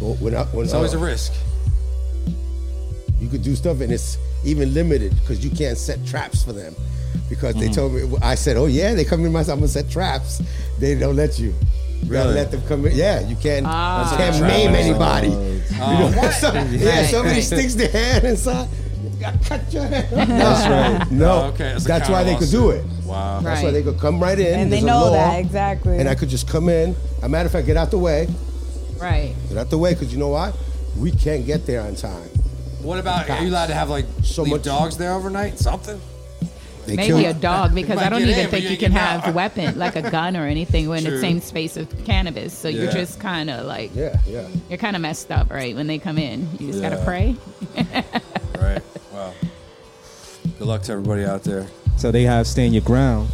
Speaker 5: Well, when I, when
Speaker 1: It's always
Speaker 5: uh,
Speaker 1: a risk.
Speaker 5: you could do stuff and it's even limited because you can't set traps for them because
Speaker 1: Mm-hmm.
Speaker 5: they told me I said oh yeah they come in my house I'm gonna set traps they don't let you you gotta
Speaker 1: Really?
Speaker 5: let them come in yeah you can't
Speaker 4: Ah.
Speaker 5: you can't
Speaker 1: That's a
Speaker 5: name
Speaker 1: trap.
Speaker 5: anybody
Speaker 1: Oh.
Speaker 5: you know so, yeah
Speaker 4: Right,
Speaker 5: somebody
Speaker 4: right.
Speaker 5: sticks their hand inside you gotta cut your hand off.
Speaker 6: That's right.
Speaker 5: no
Speaker 1: Oh, okay.
Speaker 5: that's,
Speaker 1: a
Speaker 5: why they could do it
Speaker 1: counter-lawsuit. Wow.
Speaker 4: Right.
Speaker 5: that's why they could come right in
Speaker 2: And they
Speaker 5: There's a
Speaker 2: know
Speaker 5: law,
Speaker 2: that, exactly.
Speaker 5: and I could just come in a matter of fact get out the way
Speaker 4: right.
Speaker 5: get out the way because you know what we can't get there on time
Speaker 1: What about? Are you allowed to have like
Speaker 5: So
Speaker 1: leave
Speaker 5: much-
Speaker 1: dogs there overnight? Something?
Speaker 5: they
Speaker 4: Maybe
Speaker 5: killed-
Speaker 4: a dog
Speaker 1: You
Speaker 4: because
Speaker 1: might
Speaker 4: I don't
Speaker 1: get
Speaker 4: even
Speaker 1: in, but
Speaker 4: think
Speaker 1: you
Speaker 4: you
Speaker 1: ain't
Speaker 4: can
Speaker 1: getting
Speaker 4: have a
Speaker 1: out.
Speaker 4: weapon like a gun or anything. We're in
Speaker 1: True.
Speaker 4: the same space of cannabis, so
Speaker 1: Yeah.
Speaker 4: you're just kind of like
Speaker 5: yeah yeah
Speaker 4: you're kind of messed up, right? When they come in, you just
Speaker 1: Yeah.
Speaker 4: gotta pray.
Speaker 1: Right. Wow. Good luck to everybody out there.
Speaker 6: So they have stand your ground.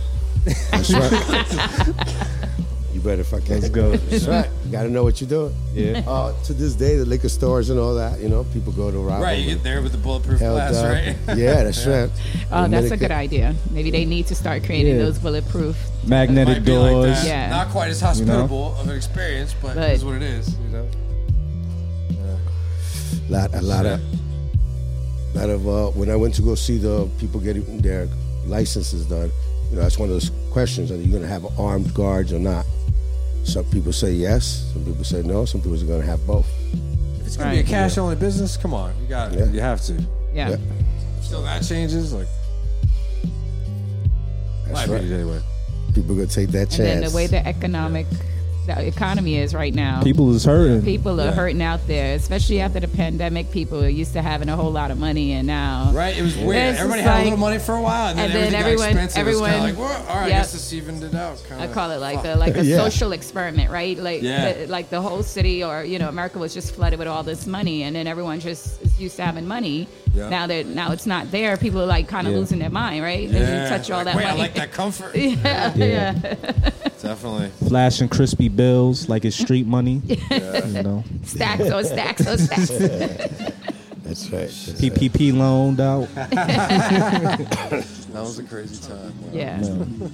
Speaker 5: You better fucking.
Speaker 6: Let's go.
Speaker 5: That's right. You gotta know what you're doing.
Speaker 6: Yeah.
Speaker 5: Uh, to this day, the liquor stores and all that, you know, people go to rob.
Speaker 1: Right. You
Speaker 5: them
Speaker 1: get there with the bulletproof
Speaker 5: held
Speaker 1: glass,
Speaker 5: up.
Speaker 1: right?
Speaker 5: Yeah, that's right.
Speaker 4: Oh, that's a
Speaker 5: Dominican-
Speaker 4: good idea. Maybe they need to start creating
Speaker 6: Yeah.
Speaker 4: those bulletproof.
Speaker 6: Magnetic
Speaker 1: Might be like
Speaker 6: doors.
Speaker 1: that.
Speaker 4: Yeah.
Speaker 1: Not quite as hospitable of an experience, but,
Speaker 4: But-
Speaker 1: it is what it is. You know.
Speaker 5: Lot, a lot of, lot of. Uh, when I went to go see the people getting their licenses done, you know, that's one of those questions: Are you gonna have armed guards or not? Some people say yes. Some people say no. Some people are gonna have both.
Speaker 1: If it's gonna be
Speaker 4: Right.
Speaker 1: a cash only business, come on. You got it.
Speaker 5: Yeah.
Speaker 1: You have to.
Speaker 4: Yeah.
Speaker 5: Yeah.
Speaker 1: Still, that changes. Like
Speaker 5: That's
Speaker 1: liabilities
Speaker 5: right.
Speaker 1: anyway.
Speaker 5: People gonna take that chance.
Speaker 4: And then the way the economic, the economy is right now.
Speaker 6: People is hurting.
Speaker 4: People are hurting out there, especially after the pandemic. People are used to having a whole lot of money, and now
Speaker 1: Right, it was weird.
Speaker 4: It's just
Speaker 1: everybody had a little
Speaker 4: like-
Speaker 1: money for a while, and then,
Speaker 4: and then
Speaker 1: everything
Speaker 4: everyone-
Speaker 1: got expensive. It's kinda
Speaker 4: everyone-
Speaker 1: like, well, all right, I
Speaker 4: yep.
Speaker 1: guess this evened it out. Kinda.
Speaker 4: I call it like
Speaker 1: Fuck.
Speaker 4: the like a
Speaker 5: Yeah.
Speaker 4: social experiment, right? Like
Speaker 1: Yeah.
Speaker 4: the, like the whole city or you know America was just flooded with all this money, and then everyone just is used to having money.
Speaker 1: Yeah.
Speaker 4: Now that now it's not there, people are like kind of
Speaker 6: Yeah.
Speaker 4: losing their mind, right? They
Speaker 1: yeah.
Speaker 4: didn't touch all
Speaker 1: like,
Speaker 4: that
Speaker 1: wait,
Speaker 4: money.
Speaker 1: I like that comfort.
Speaker 4: yeah.
Speaker 6: Yeah.
Speaker 1: Definitely.
Speaker 6: Flashing crispy bills like it's street money. You know,
Speaker 4: stacks or stacks or stacks.
Speaker 5: that's right. That's right.
Speaker 6: PPP loaned out.
Speaker 1: That was a crazy time. man.
Speaker 4: yeah.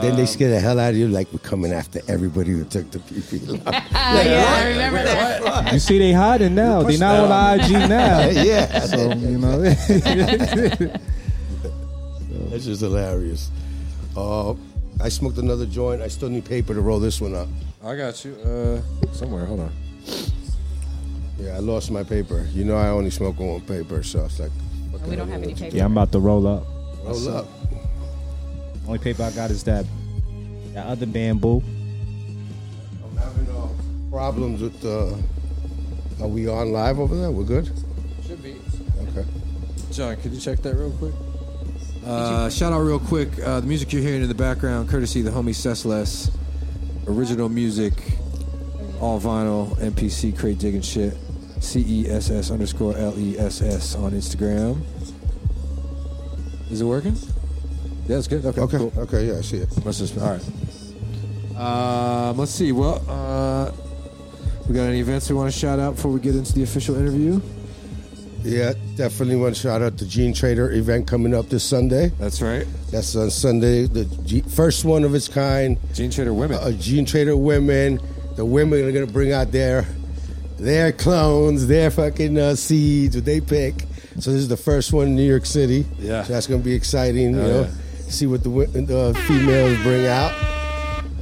Speaker 5: Then they scare the hell out of you, like we're coming after everybody who took the PP. loan.
Speaker 4: Uh, yeah, I remember that.
Speaker 6: You see, they hiding now. They not on IG now.
Speaker 5: yeah,
Speaker 6: So you know,
Speaker 5: that's just hilarious. Uh, I smoked another joint. I still need paper to roll this one up.
Speaker 1: I got you. Uh, somewhere. Hold on.
Speaker 5: Yeah, I lost my paper. You know, I only smoke on one paper, so it's like, what
Speaker 4: We
Speaker 5: can I
Speaker 4: don't have any paper.
Speaker 6: yeah, I'm about to roll up.
Speaker 5: roll up.
Speaker 6: Only paper I got is that that other bamboo.
Speaker 5: I'm having uh, problems with. Uh, are we on live over there? We're good.
Speaker 1: Should be.
Speaker 5: Okay.
Speaker 1: John, could you check that real quick? Uh, shout out real quick. Uh, the music you're hearing in the background, courtesy of the homie Cessless. Original music, all vinyl, NPC, crate digging shit. C E S S underscore L E S S on Instagram. Is it working? Yeah, it's good. Okay,
Speaker 5: Okay.
Speaker 1: cool.
Speaker 5: Okay. Yeah, I see it.
Speaker 1: Must have, all right. Um, let's see. Well, uh, we got any events we want to shout out before we get into the official interview?
Speaker 5: Yeah, definitely want to shout out the Gene Trader event coming up this Sunday.
Speaker 1: That's right.
Speaker 5: That's on Sunday, the G- first one of its kind.
Speaker 1: Gene Trader Women.
Speaker 5: A Gene Trader women. The women are gonna bring out their their clones, their fucking uh, seeds, what they pick. So this is the first one in New York City.
Speaker 1: Yeah.
Speaker 5: so that's gonna be exciting.
Speaker 1: Oh,
Speaker 5: you know,
Speaker 1: yeah.
Speaker 5: see what the wo- uh, females bring out.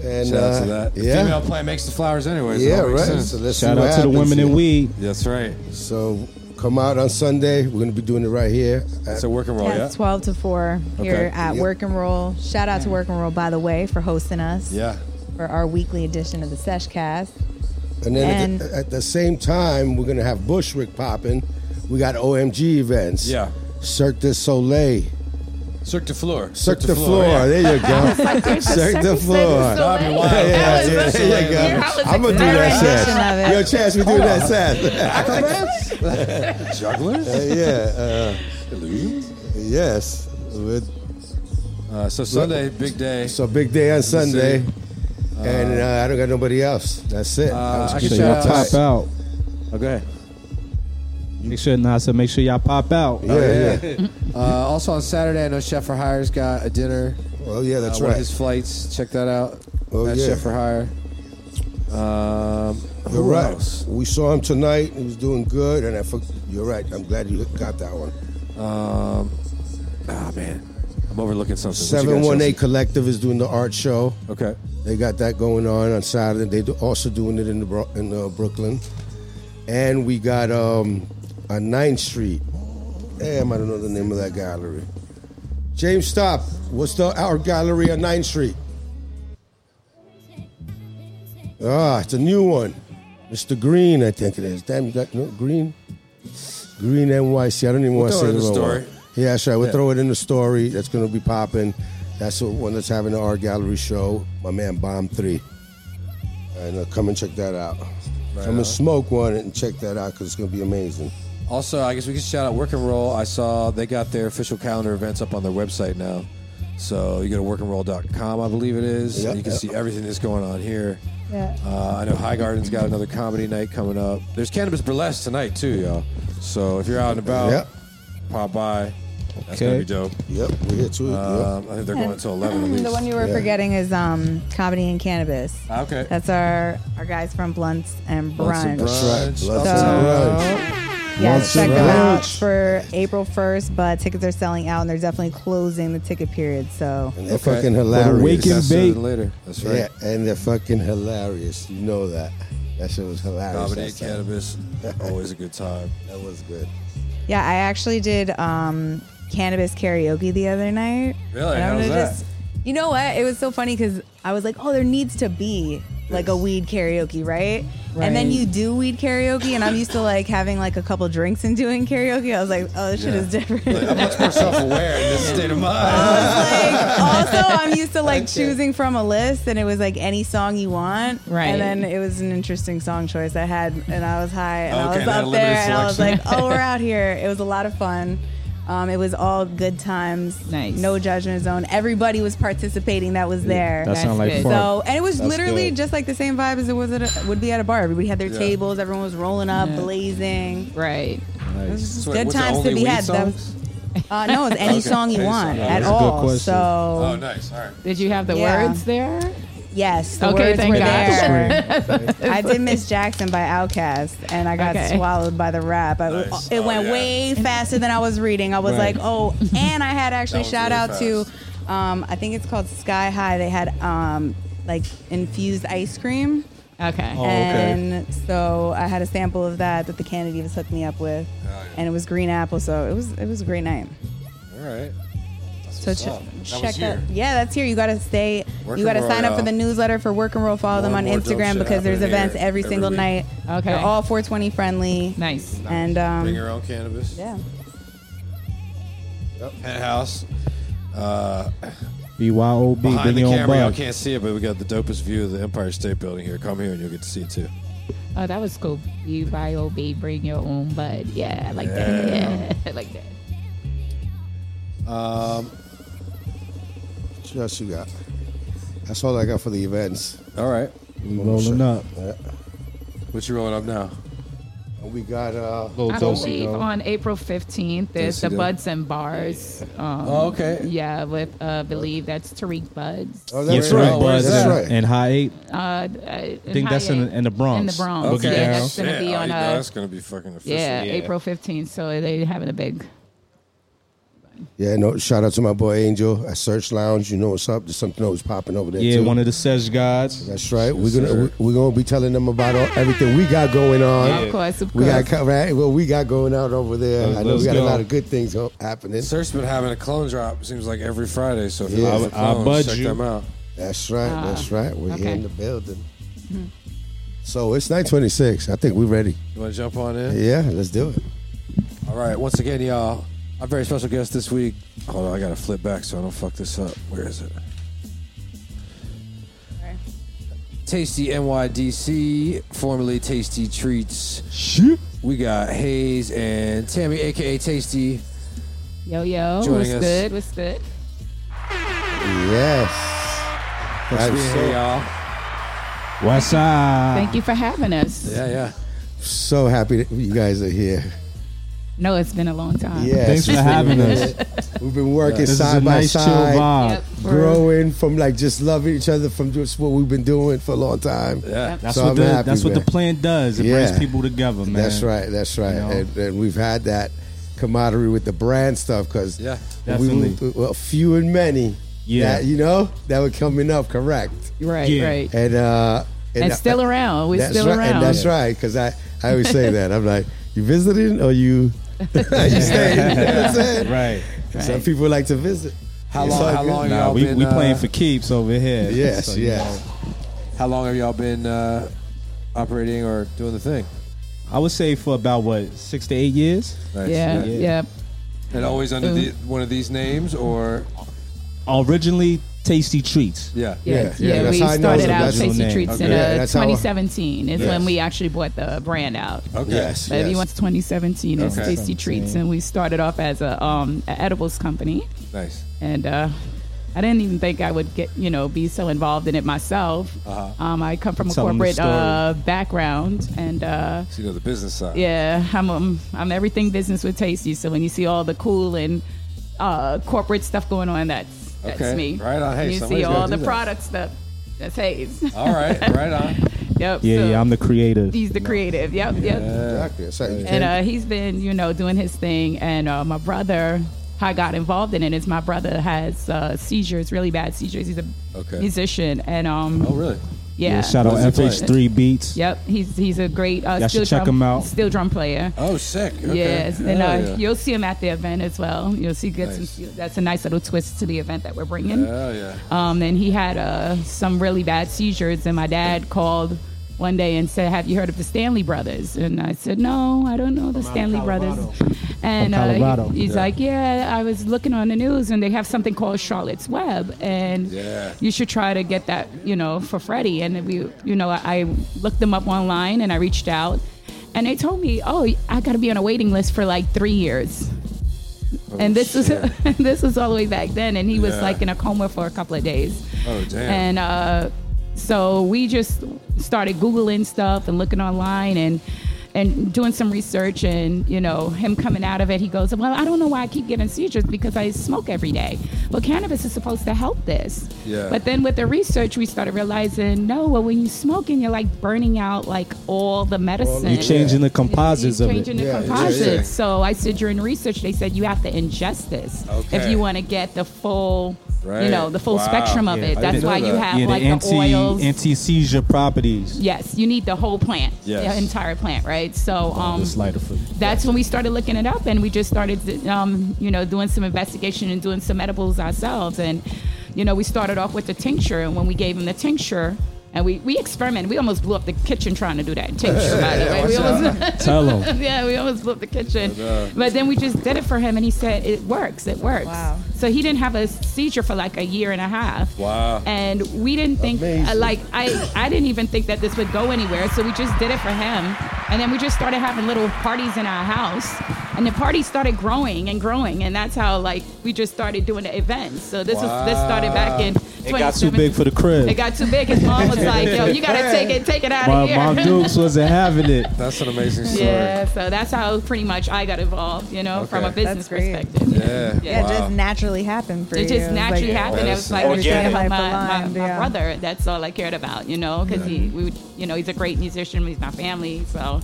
Speaker 5: And
Speaker 1: Shout out to
Speaker 5: uh,
Speaker 1: that.
Speaker 5: Yeah,
Speaker 1: Female plant makes the flowers anyway. So
Speaker 5: yeah,
Speaker 1: that makes
Speaker 5: right.
Speaker 1: sense.
Speaker 5: So let's see
Speaker 6: Shout
Speaker 5: what
Speaker 6: out to the
Speaker 5: happens
Speaker 6: women in
Speaker 5: here.
Speaker 6: weed.
Speaker 1: That's right.
Speaker 5: So come out on Sunday. We're gonna be doing it right here. at-
Speaker 1: It's a working roll,
Speaker 2: Yeah,
Speaker 1: oh, yeah?
Speaker 2: 12 to 4 here
Speaker 1: Okay.
Speaker 2: at
Speaker 5: Yeah.
Speaker 2: Work and Roll. Shout out to Work and Roll, by the way, for hosting us
Speaker 1: Yeah.
Speaker 2: for our weekly edition of the Seshcast.
Speaker 5: And then at,
Speaker 2: And-
Speaker 5: the, at the same time, we're gonna have Bushwick popping. We got OMG events.
Speaker 1: Yeah.
Speaker 5: Cirque du Soleil.
Speaker 1: Cirque du Fleur.
Speaker 5: Cirque du
Speaker 1: Fleur,
Speaker 5: Floor.
Speaker 1: yeah.
Speaker 5: There you go. Cirque du Floor.
Speaker 1: Bobby Wild.
Speaker 5: Yeah, yeah,
Speaker 1: Cirque
Speaker 5: yeah,
Speaker 1: du Soleil.
Speaker 5: there you go.
Speaker 4: Yeah, I was
Speaker 5: I'm gonna do
Speaker 4: excited.
Speaker 5: that
Speaker 2: Version
Speaker 5: set.
Speaker 2: of it.
Speaker 5: Yo, Chance, we do that set.
Speaker 1: Jugglers?
Speaker 5: yeah.
Speaker 1: Illusions?
Speaker 5: Uh, yes. With-
Speaker 1: Uh, so Sunday, big day.
Speaker 5: So big day on Sunday,
Speaker 1: see.
Speaker 5: and uh, I don't got nobody else. That's it.
Speaker 1: Uh, I
Speaker 5: I
Speaker 1: can
Speaker 5: was
Speaker 6: So
Speaker 5: keeping
Speaker 1: shout
Speaker 6: y'all
Speaker 5: it
Speaker 1: out-
Speaker 6: pop
Speaker 5: tight.
Speaker 6: out.
Speaker 1: Okay.
Speaker 6: Make sure, nah, I said make sure y'all pop out.
Speaker 1: Oh,
Speaker 5: Yeah, yeah.
Speaker 1: Uh, also on Saturday, I know Chef for Hire's got a dinner.
Speaker 5: Oh yeah, that's
Speaker 1: uh, One of
Speaker 5: right.
Speaker 1: his flights. Check that out.
Speaker 5: Oh,
Speaker 1: That's
Speaker 5: yeah.
Speaker 1: Chef for Hire. Um,
Speaker 5: You're
Speaker 1: who
Speaker 5: right.
Speaker 1: else?
Speaker 5: We saw him tonight. He was doing good, and I. For- you're right. I'm glad you got that one.
Speaker 1: Um, ah, man. I'm overlooking something. What you got,
Speaker 5: Seven One Eight
Speaker 1: Chelsea?
Speaker 5: Collective is doing the art show.
Speaker 1: Okay.
Speaker 5: They got that going on on Saturday. They do also doing it in the Bro- in uh, Brooklyn, and we got um on 9th Street. Damn, I don't know the name of that gallery. James, stop. What's the art gallery on 9th Street? Ah, it's a new one. Mr. Green, I think it is. Damn, you got no Green. Green NYC. I don't even want to
Speaker 1: throw
Speaker 5: say
Speaker 1: it in the
Speaker 5: wrong
Speaker 1: story.
Speaker 5: one. Yeah, that's right. We'll
Speaker 1: Yeah.
Speaker 5: throw it in the story. That's going to be popping. That's the one that's having the art gallery show. My man Bomb Three, and uh, come and check that out. come and smoke one and check that out because it's going to be amazing.
Speaker 1: Also, I guess we can shout out Work and Roll. I saw they got their official calendar events up on their website now. So you go to workandroll.com, I believe it is.
Speaker 5: Yep,
Speaker 1: and you can
Speaker 5: yep.
Speaker 1: see everything that's going on here.
Speaker 2: Yeah.
Speaker 1: Uh, I know High Garden's got another comedy night coming up. There's Cannabis Burlesque tonight, too, y'all. So if you're out and about,
Speaker 5: Yep.
Speaker 1: pop by. That's going to
Speaker 6: Okay.
Speaker 1: be dope.
Speaker 5: Yep, we're here too. yep.
Speaker 1: Um, I think they're going until 11 at least.
Speaker 2: The one you were
Speaker 5: Yeah.
Speaker 2: forgetting is um, Comedy and Cannabis.
Speaker 1: okay.
Speaker 2: That's our, our guys from Blunts and
Speaker 1: Lots of
Speaker 2: Brunch.
Speaker 1: brunch.
Speaker 5: That's right. Lots
Speaker 2: So-
Speaker 5: of brunch.
Speaker 2: Yeah,
Speaker 5: Blunts
Speaker 2: check
Speaker 5: and
Speaker 2: them out
Speaker 5: Brunch.
Speaker 2: for April 1st, but tickets are selling out and they're definitely closing the ticket period. So
Speaker 5: And they're
Speaker 1: Okay.
Speaker 5: fucking
Speaker 6: But
Speaker 5: hilarious.
Speaker 6: awaken-
Speaker 1: That's sooner
Speaker 6: bait.
Speaker 1: than later. That's right.
Speaker 5: Yeah, and they're fucking hilarious. You know that. That shit was hilarious.
Speaker 1: Dominate
Speaker 5: last time.
Speaker 1: Cannabis, always a good time.
Speaker 5: That was good.
Speaker 2: Yeah, I actually did um, cannabis karaoke the other night.
Speaker 1: Really?
Speaker 2: And
Speaker 1: How
Speaker 2: I'm
Speaker 1: was
Speaker 2: gonna
Speaker 1: that?
Speaker 2: you know what? It was so funny because I was like, oh, there needs to be like a weed karaoke, right? And then
Speaker 4: Right.
Speaker 2: you do weed karaoke, and I'm used to like having like a couple drinks and doing karaoke. I was like, oh, this shit
Speaker 1: Yeah.
Speaker 2: is different.
Speaker 1: Like, I'm much more self-aware in this state of
Speaker 2: Oh,
Speaker 1: mind.
Speaker 2: like, also, I'm used to like choosing from a list, and it was like any song you want.
Speaker 4: Right.
Speaker 2: And then it was an interesting song choice I had, and I was high, and
Speaker 1: Okay,
Speaker 2: I was
Speaker 1: they had a
Speaker 2: up
Speaker 1: limited
Speaker 2: there, and I was like,
Speaker 1: selection.
Speaker 2: "Oh, we're out here." It was a lot of fun. Um, it was all good times.
Speaker 4: Nice.
Speaker 2: No judgment zone. Everybody was participating. That was there.
Speaker 6: That sounds
Speaker 4: That's
Speaker 6: like
Speaker 4: good.
Speaker 6: fun.
Speaker 2: so and it was
Speaker 5: That's
Speaker 2: literally
Speaker 5: good.
Speaker 2: just like the same vibe as it was at a, would be at a bar. Everybody had their
Speaker 1: Yeah.
Speaker 2: tables. Everyone was rolling up,
Speaker 4: Yeah.
Speaker 2: blazing.
Speaker 4: Right.
Speaker 2: It was just
Speaker 1: So wait,
Speaker 2: good
Speaker 1: what's the
Speaker 2: times
Speaker 1: only
Speaker 2: to be
Speaker 1: weed
Speaker 2: had. That was-
Speaker 1: songs?
Speaker 2: uh, no, it's any
Speaker 1: Okay.
Speaker 2: song you
Speaker 1: Any song.
Speaker 2: want at
Speaker 6: That's a good
Speaker 2: all.
Speaker 6: question.
Speaker 2: So
Speaker 1: Oh, nice. All right.
Speaker 4: Did you have the
Speaker 2: Yeah.
Speaker 4: words there?
Speaker 2: Yes, the
Speaker 4: Okay,
Speaker 2: words
Speaker 4: thank
Speaker 2: were
Speaker 4: God.
Speaker 2: there. I did Miss Jackson by Outkast, and I got
Speaker 4: Okay.
Speaker 2: swallowed by the rap. I,
Speaker 1: Nice.
Speaker 2: It
Speaker 1: Oh,
Speaker 2: went
Speaker 1: yeah.
Speaker 2: way faster than I was reading. I was
Speaker 6: Right.
Speaker 2: like, oh, and I had actually
Speaker 1: That was
Speaker 2: shout
Speaker 1: really
Speaker 2: out to, um, I think it's called Sky High. They had um, like infused ice cream,
Speaker 4: Okay.
Speaker 1: Oh,
Speaker 6: okay.
Speaker 2: and so I had a sample of that that the Kennedy was hooked me up with,
Speaker 1: Oh, yeah.
Speaker 2: and it was green apple. So it was it was a great night.
Speaker 1: All right.
Speaker 2: So
Speaker 1: what's
Speaker 2: ch-
Speaker 1: up. That
Speaker 2: check
Speaker 1: was
Speaker 2: that.
Speaker 1: here.
Speaker 2: Yeah, that's here. You gotta stay.
Speaker 1: Work
Speaker 2: you
Speaker 1: and
Speaker 2: gotta
Speaker 1: roll,
Speaker 2: sign up
Speaker 1: y'all.
Speaker 2: for the newsletter for Work and Roll. Follow them
Speaker 1: More
Speaker 2: on
Speaker 1: and more dope
Speaker 2: Instagram
Speaker 1: shit
Speaker 2: because there's
Speaker 1: happening
Speaker 2: events
Speaker 1: here
Speaker 2: every,
Speaker 1: every
Speaker 2: single
Speaker 1: week.
Speaker 2: night.
Speaker 4: Okay.
Speaker 2: They're all 420 friendly.
Speaker 4: Nice.
Speaker 2: And
Speaker 1: Bring
Speaker 2: um,
Speaker 1: your own cannabis.
Speaker 2: yeah,
Speaker 1: Penthouse. Uh,
Speaker 6: BYOB, bring
Speaker 1: behind the
Speaker 6: your own
Speaker 1: camera, y'all
Speaker 6: bug.
Speaker 1: can't see it, but we got the dopest view of the Empire State Building here. Come here and you'll get to see it too.
Speaker 4: Oh, that was cool. You buy OB, bring your own bud. Yeah, I like that. Yeah, I like that.
Speaker 5: What else you got? That's all I got for the events.
Speaker 1: All right.
Speaker 6: We rolling up.
Speaker 5: Yeah.
Speaker 1: What you rolling up now?
Speaker 5: And we got uh,
Speaker 4: I believe on April 15th, there's the
Speaker 5: Dosey-do.
Speaker 4: Buds and Bars. Um,
Speaker 1: Oh, okay.
Speaker 4: Yeah, with uh, believe that's Tariq Buds.
Speaker 5: oh,
Speaker 6: Yes,
Speaker 5: that's
Speaker 1: right.
Speaker 5: right.
Speaker 1: Oh, where's
Speaker 6: Buzz
Speaker 5: That's
Speaker 1: that?
Speaker 5: right.
Speaker 6: and High Eight.
Speaker 4: Uh,
Speaker 6: I think that's in, in the
Speaker 4: In
Speaker 6: Bronx.
Speaker 4: the Bronx.
Speaker 6: Boogie
Speaker 4: Yeah,
Speaker 6: Down.
Speaker 4: that's gonna be
Speaker 1: Yeah, I
Speaker 4: on.
Speaker 1: oh, know,
Speaker 4: Uh,
Speaker 1: that's gonna be fucking official.
Speaker 4: yeah,
Speaker 1: Yeah.
Speaker 4: April 15th. So they having a big.
Speaker 5: Yeah, no, shout out to my boy Angel at Search Lounge. You know what's up. There's something always popping over there.
Speaker 6: Yeah,
Speaker 5: too.
Speaker 6: one of the Sesh gods.
Speaker 5: That's right.
Speaker 1: Yes,
Speaker 5: We're gonna
Speaker 1: sir.
Speaker 5: we- we're gonna be telling them about all, everything we got going on.
Speaker 4: Of course, of
Speaker 5: We
Speaker 4: course.
Speaker 5: got co- right, what we got going on over there.
Speaker 6: Let's-
Speaker 5: I know we
Speaker 6: let's
Speaker 5: got
Speaker 6: go.
Speaker 5: a lot of good things ho- happening.
Speaker 1: Search's been having a clone drop. It seems like every Friday. So if you
Speaker 5: Yeah.
Speaker 1: love
Speaker 6: I- I budge
Speaker 1: clones, check
Speaker 6: you.
Speaker 1: them out.
Speaker 5: That's right.
Speaker 4: Ah,
Speaker 5: that's right. We're
Speaker 4: okay.
Speaker 5: here
Speaker 4: Mm-hmm.
Speaker 5: in the building. So it's 926. I think we're ready.
Speaker 1: You want to jump on in?
Speaker 5: Yeah, let's do it.
Speaker 1: All right. Once again, y'all, our very special guest this week. Hold on, I gotta flip back so I don't fuck this up. Where is it? Tasty NYDC, formerly Tasty Treats. We got Hayes and Tammy, aka Tasty.
Speaker 4: Yo, yo.
Speaker 1: Joining
Speaker 4: What's
Speaker 1: us.
Speaker 4: good? What's good?
Speaker 5: Yes.
Speaker 1: Thanks for
Speaker 5: That's
Speaker 1: being
Speaker 5: so-
Speaker 1: here, y'all.
Speaker 6: What's up?
Speaker 4: Thank you for having us.
Speaker 1: Yeah, yeah.
Speaker 5: So happy that you guys are here.
Speaker 4: No, it's been a long time.
Speaker 5: Yes.
Speaker 6: Thanks for having us.
Speaker 5: We've been working
Speaker 6: This is
Speaker 5: side
Speaker 6: a
Speaker 5: by
Speaker 6: nice chill
Speaker 5: side.
Speaker 6: vibe.
Speaker 4: Yep, for-
Speaker 5: growing from like just loving each other from just what we've been doing for a long time.
Speaker 1: Yeah.
Speaker 6: That's
Speaker 5: So
Speaker 6: what
Speaker 5: I'm
Speaker 6: the
Speaker 5: happy,
Speaker 6: that's what
Speaker 5: man.
Speaker 6: the plan does. It
Speaker 5: Yeah.
Speaker 6: brings people together, man.
Speaker 5: That's right. That's right.
Speaker 6: You know?
Speaker 5: and, and we've had that camaraderie with the brand stuff because
Speaker 1: Yeah.
Speaker 5: we
Speaker 6: Definitely.
Speaker 5: were a few and many.
Speaker 6: Yeah.
Speaker 5: that, you know that were coming up. Correct.
Speaker 4: Right,
Speaker 6: Yeah.
Speaker 4: right. And,
Speaker 5: And uh,
Speaker 4: still around. We're
Speaker 5: That's
Speaker 4: still
Speaker 5: right.
Speaker 4: around.
Speaker 5: And that's right. Because I I always say that I'm like you visiting or you you staying. That's it.
Speaker 6: Right.
Speaker 5: Some people like to visit.
Speaker 1: How
Speaker 5: It's
Speaker 1: long?
Speaker 5: all
Speaker 1: How
Speaker 5: good.
Speaker 1: long
Speaker 6: Nah,
Speaker 1: y'all
Speaker 6: we,
Speaker 1: been?
Speaker 6: we
Speaker 1: uh,
Speaker 6: playing for keeps over here.
Speaker 5: Yes.
Speaker 6: So, you
Speaker 5: yes.
Speaker 6: know,
Speaker 1: How long have y'all been uh, operating or doing the thing?
Speaker 6: I would say for about what six to eight years.
Speaker 1: Nice.
Speaker 4: Yeah,
Speaker 6: Yeah.
Speaker 4: yeah.
Speaker 1: And always under
Speaker 4: Mm.
Speaker 1: the, one of these names, or
Speaker 6: Originally, Tasty Treats.
Speaker 1: yeah,
Speaker 4: Yeah,
Speaker 5: Yeah,
Speaker 4: yeah,
Speaker 5: yeah, that's
Speaker 4: we
Speaker 5: how I know
Speaker 4: started
Speaker 5: the
Speaker 4: out
Speaker 5: original
Speaker 4: Tasty
Speaker 6: name.
Speaker 4: Treats in
Speaker 5: Okay. Yeah,
Speaker 4: uh,
Speaker 5: that's how I-
Speaker 4: 2017 is when
Speaker 5: Yes.
Speaker 4: we actually bought the brand out.
Speaker 1: okay,
Speaker 5: Yes.
Speaker 4: But we went to 2017 as
Speaker 1: Okay.
Speaker 4: Tasty Treats, and we started off as a um, a edibles company.
Speaker 1: nice.
Speaker 4: And uh, I didn't even think I would get you know be so involved in it myself.
Speaker 5: Uh-huh.
Speaker 4: Um, I come from a
Speaker 6: Tell 'em the
Speaker 4: corporate
Speaker 6: story.
Speaker 4: uh, background, and uh,
Speaker 1: So you know the business side.
Speaker 4: yeah, I'm um, I'm everything business with Tasty. So when you see all the cool and uh, corporate stuff going on, that's that's
Speaker 1: Okay.
Speaker 4: me.
Speaker 1: Right on. Hey,
Speaker 4: you
Speaker 1: somebody's
Speaker 4: see
Speaker 1: gotta
Speaker 4: all
Speaker 1: do
Speaker 4: the
Speaker 1: that.
Speaker 4: product stuff. That's Hayes.
Speaker 1: All right, right on.
Speaker 4: yep.
Speaker 6: Yeah,
Speaker 4: so
Speaker 6: yeah. I'm the creative.
Speaker 4: he's the creative. Yep. Yep.
Speaker 5: Exactly. That's right. You
Speaker 4: And
Speaker 5: can't-
Speaker 4: uh, he's been, you know, doing his thing. And uh, my brother, how I got involved in it is my brother has uh, seizures, really bad seizures. He's a
Speaker 1: Okay.
Speaker 4: musician, and um,
Speaker 1: Oh, really?
Speaker 4: yeah.
Speaker 6: Yeah, shout out
Speaker 1: What's he
Speaker 6: FH3 Beats.
Speaker 4: Yep, he's he's a great uh,
Speaker 6: Y'all
Speaker 4: steel
Speaker 6: should check
Speaker 4: drum
Speaker 6: him out.
Speaker 4: steel drum player.
Speaker 1: Oh, sick. Okay.
Speaker 4: Yes, and uh,
Speaker 1: Hell yeah.
Speaker 4: you'll see him at the event as well. You'll see get
Speaker 1: Nice.
Speaker 4: some, that's a nice little twist to the event that we're bringing.
Speaker 1: Hell yeah.
Speaker 4: Um, and he had uh, some really bad seizures, and my dad called one day and said, "Have you heard of the Stanley Brothers?" And I said, "No, I don't know the Stanley Brothers." And
Speaker 6: From
Speaker 4: uh, he-
Speaker 6: Colorado.
Speaker 4: he's like, "Yeah, I was looking on the news, and they have something called Charlotte's Web, and
Speaker 1: Yeah.
Speaker 4: you should try to get that, you know, for Freddie." And we, you know, I looked them up online, and I reached out. And they told me, "Oh, I got to be on a waiting list for like three years." and this was
Speaker 1: Oh, shit.
Speaker 4: this was all the way back then, and he was
Speaker 1: Yeah.
Speaker 4: like in a coma for a couple of days.
Speaker 1: Oh, damn.
Speaker 4: And uh, so we just started googling stuff and looking online and and doing some research and you know him coming out of it he goes well i don't know why i keep getting seizures because i smoke every day well cannabis is supposed to help this
Speaker 1: Yeah.
Speaker 4: but then with the research we started realizing no well when you smoke and you're like burning out like all the medicine
Speaker 6: You changing the composites
Speaker 4: He's
Speaker 6: of it.
Speaker 4: changing the
Speaker 5: Yeah, yeah,
Speaker 4: composites.
Speaker 1: yeah.
Speaker 4: So I said during research, they said you have to ingest this if
Speaker 1: Okay.
Speaker 4: you want to get the full,
Speaker 1: Right.
Speaker 4: you know, the full
Speaker 1: Wow.
Speaker 4: spectrum of
Speaker 1: Yeah,
Speaker 4: it.
Speaker 1: I
Speaker 4: That's
Speaker 1: didn't
Speaker 4: why
Speaker 1: know
Speaker 4: you
Speaker 1: that.
Speaker 4: have
Speaker 6: Yeah,
Speaker 4: like
Speaker 6: the anti
Speaker 4: the oils.
Speaker 6: anti seizure properties.
Speaker 4: yes, you need the whole plant,
Speaker 1: Yes.
Speaker 4: the entire plant, right? So um,
Speaker 6: This lighter for you.
Speaker 4: that's when we started looking it up, and we just started, um, you know, doing some investigation and doing some edibles ourselves. And you know, we started off with the tincture, and when we gave him the tincture. And we, we experimented. We almost blew up the kitchen trying to do that tincture, by the way. We almost,
Speaker 6: Tell them.
Speaker 4: yeah, we almost blew up the kitchen. But,
Speaker 1: uh,
Speaker 4: then we just did it for him, and he said it works. It works.
Speaker 2: Wow.
Speaker 4: So he didn't have a seizure for like a year and a half.
Speaker 1: Wow.
Speaker 4: And we didn't think uh,
Speaker 5: Amazing.
Speaker 4: like I I didn't even think that this would go anywhere. So we just did it for him, and then we just started having little parties in our house, and the party started growing and growing, and that's how like we just started doing the events. So this was this started back in
Speaker 6: It got too big for the
Speaker 4: It
Speaker 6: crib.
Speaker 4: got too big. His mom was like, "Yo, you gotta take it, take it out
Speaker 6: My
Speaker 4: of here."
Speaker 6: mom Dukes wasn't having it.
Speaker 1: That's an amazing story.
Speaker 4: yeah, so that's how pretty much I got involved, you know, from a
Speaker 1: Okay.
Speaker 4: business
Speaker 2: That's great.
Speaker 4: perspective.
Speaker 1: Yeah.
Speaker 2: Yeah, it
Speaker 1: wow.
Speaker 2: just naturally happened for
Speaker 4: It
Speaker 2: you.
Speaker 4: just
Speaker 2: It's like-
Speaker 4: naturally happened.
Speaker 1: that
Speaker 4: It
Speaker 1: is
Speaker 4: was like I was
Speaker 2: organic.
Speaker 4: saying about my, my,
Speaker 2: Life
Speaker 4: my
Speaker 2: aligned, yeah. Mm-hmm.
Speaker 4: brother. That's all I cared about, you know, because he, we would, you know, he's a great musician. He's my family, so